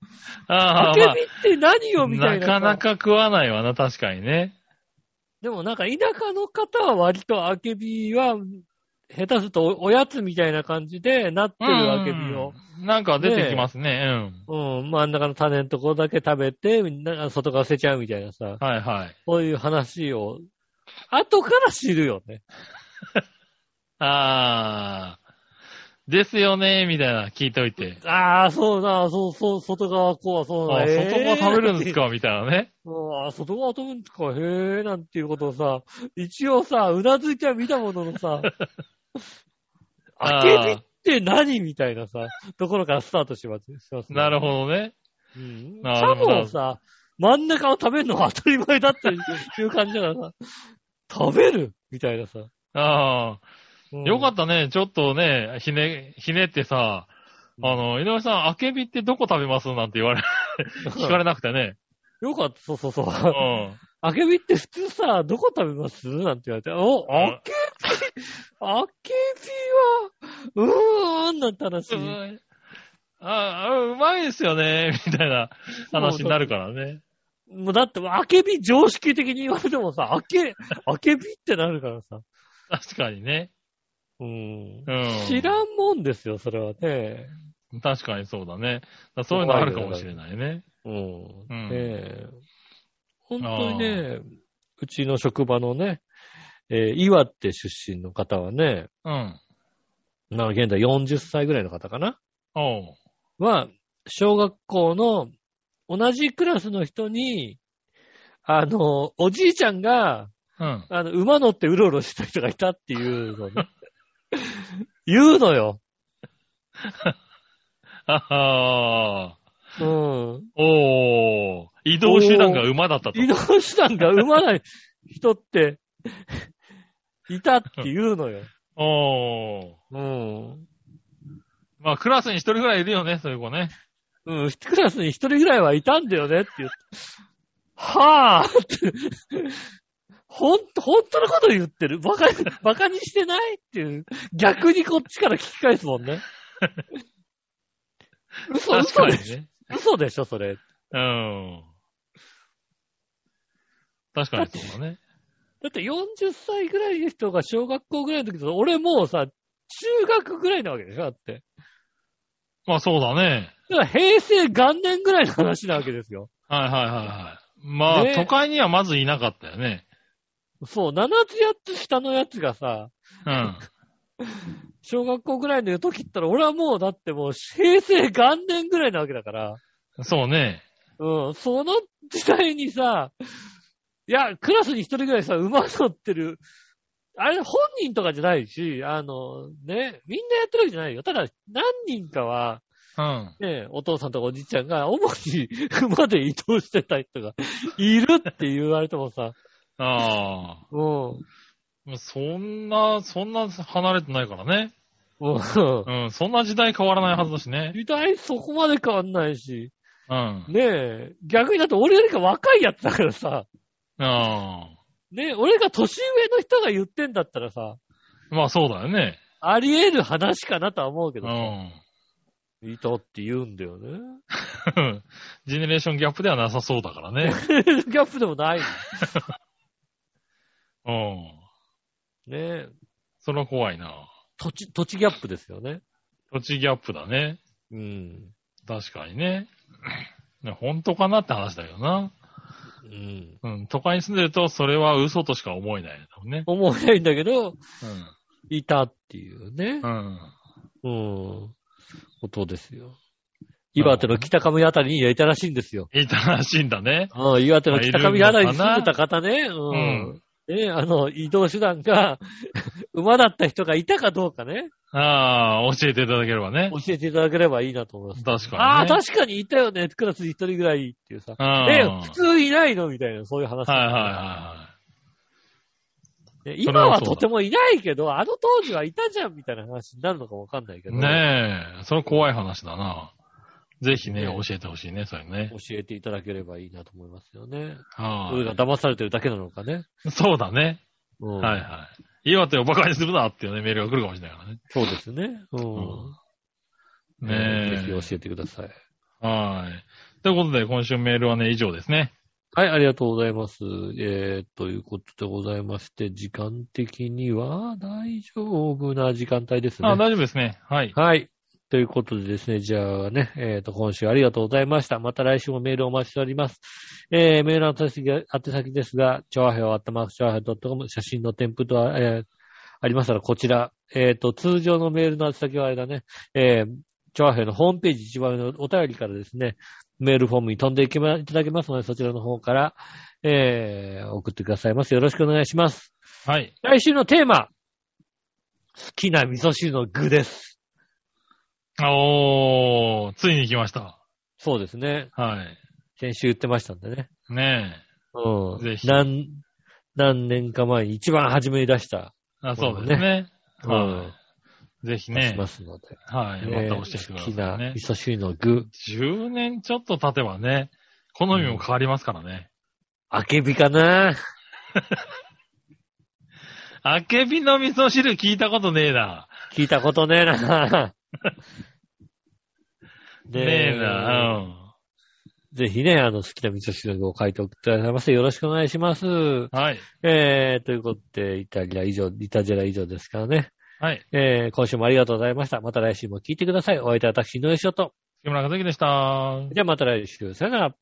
あ
あ
けび
ー
って何よみ
ま
た
あ、
いな
な
さ。
かなか食わないわな、確かにね。
でもなんか田舎の方は割とあけびは、下手するとおおやつみたいな感じでなってるあけびを。
うん。なんか出てきますね。
うん、真ん中の種のところだけ食べて、なんか外が捨てちゃうみたいなさ。
うん。はいはい。
そういう話を、後から知るよね。
あー。ですよね、みたいな、聞いといて。
ああ、そうだ、そう、そう、外側こうはそう
あ
だ、えー
外側食べるんですかみたいなね。
うんあー外側飛ぶんですかへえ、なんていうことをさ、一応さ、うなずいては見たもののさ、あ
あー
けびって何みたいなさ、ところからスタートします、しますね
なるほどね。
うん。
あー
サ
でも
もさ、真ん中を食べるのは当たり前だっていう感じだからさ、食べるみたいなさ。
あ
うん
あ、よかったね。ちょっとね、ひね、ひねってさ、あの、井上さん、あけびってどこ食べますなんて言わ れ、聞かれなくてね。
よかった、そうそうそう。
うん。
あけびって普通さ、どこ食べますなんて言われて、お、あけび、あけびは、うーん、なんて話。
うんああ、うまいですよね、 みたいな話になるからね。
もうだって、あけび常識的に言われてもさ、あけ、あけびってなるからさ。
確かにね。
うん。
うん。
知らんもんですよ、それはね。
確かにそうだね。だからそういうのあるかもしれないね。
うん。
う
ね
ん
え。本当にね、うちの職場のね、えー岩手出身の方はね、
うん。
な現在40歳ぐらいの方かな。
おう。
は、小学校の同じクラスの人に、あの、おじいちゃんが、
うん。
あの、馬乗ってうろうろした人がいたっていうのね言うのよ。
あは
うん。
ー。おー。移動手段が馬だったと。
移動手段が馬ない人って、いたって言うのよ。
おー。
うん。
まあ、クラスに一人ぐらいいるよね、そういう子ね。
うん、クラスに一人ぐらいはいたんだよねって言って。はぁって。ほん、本当のこと言ってる。バカ、バカにしてないっていう。逆にこっちから聞き返すもんね。嘘、
確か
嘘
に
でしょ。
ね。
嘘でしょ、それ。
うん。確かにそうだね。
だって40歳ぐらいの人が小学校ぐらいの時だと、俺もうさ、中学ぐらいなわけでしょだって。
まあ、そうだね。
だから平成元年ぐらいの話なわけですよ。
はいはいはいはい。まあ、
ね
都会にはまずいなかったよね。
そう、7つ8つ下のやつがさ、
うん。
小学校ぐらいの時ったら、俺はもうだってもう平成元年ぐらいなわけだから、
そうね。
うん、その時代にさ、いや、クラスに一人ぐらいさ、馬乗ってる、あれ本人とかじゃないし、あの、ね、みんなやってるわけじゃないよ。ただ、何人かは、
うん。
ね、お父さんとかおじいちゃんが、主に馬で移動してた人が いるって言われてもさ、
ああ。
うん、
まあそんな、そんな離れてないからね。
うん。
うん。そんな時代変わらないはずだしね。
時代そこまで変わんないし、
うん。
ねえ、逆にだって俺よりか若いやつだからさ、
あ
ねえ、俺が年上の人が言ってんだったらさ、
あ。まあそうだよね。
あり得る話かなとは思うけ
う
ど、
ん。
いたって言うんだよね。
ジェネレーションギャップではなさそうだから ね。
ギャップでもないの。
うん。
ねえ、
それは怖いな。
土地、土地ギャップですよね。
土地ギャップだね。
うん。
確かにね。ね本当かなって話だよな。
うん。
うん。都会に住んでると、それは嘘としか思えないだろうね。
思えないんだけど、いたっていうね
う、ん。うん。
うん、ことですよ。岩手の北上あたりにいたらしいんですよ。
いたらしいんだね。
うん、岩手の北上あたりに住んでた方ね。
う
うん
ん。
ね、あの、移動手段が、 馬だった人がいたかどうかね、
ああ、教えていただければね。
教えていただければいいなと思います。
確かに、ね。
ああ、確かにいたよね、クラス一人ぐらいっていうさ。
か
ね、普通いないのみたいな、そういう話。
はいはいは
ね
それ
今
は
は
そうだ
とてもいないけど、あの当時はいたじゃんみたいな話になるのかわかんないけ
い
ど。
はい。ねえ、それ怖い話だな。ぜひ
ね
ね、教えてほしいね、それね。
教えていただければいいなと思いますよね。俺が
は
騙されてるだけなのかね。
い。そうだね。
うん
はいはい。岩手をバカにするなっていうね、メールが来るかもしれないからね。
そうですね。うん。
ねえ
ぜひ教えてください。
はい。ということで、今週メールはね、以上ですね。
はい、ありがとうございます。えー、ということでございまして、時間的には大丈夫な時間帯ですね。
あ大丈夫ですね。はい。
はい。ということでですね、じゃあね、えっ、と、今週ありがとうございました。また来週もメールお待ちしております。えー、メールの宛先が宛先ですが、超平和アットマーク超平和 .com 写真の添付とは、えーありましたらこちら。えっ、と、通常のメールの宛先はあれだね、えー、超平和のホームページ一番上のお便りからですね、メールフォームに飛んでいけまいただけますので、そちらの方から、えー、送ってくださいます。よろしくお願いします。
はい。
来週のテーマ、好きな味噌汁の具です。
おー、ついに来ました。
そうですね。
は
先週言ってましたんでね。
い。ね
うん。
ぜひ
何、何年か前に一番初めに出した、
え。あそうですね。は
う
い。ぜひ
し
ね。
ますので。
はい。ま
ね
た教えてくださ
好きない
ね
味。噌汁の具、
10年ちょっと経てばね、好みも変わりますからね。
あけびか な
あけびの味噌汁聞いたことねえな。
聞いたことねえ な。ね
ねえな。うん。
ぜひね、あの、好きな味噌汁の具を書いておくださいませ。よろしくお願いします。
はい。
えー、ということで、イタリア以上、イタジェラ以上ですからね。
はい。
えー、今週もありがとうございました。また来週も聞いてください。お相手は私、井上翔と。
木村和樹でした。
ではまた来週、さよなら。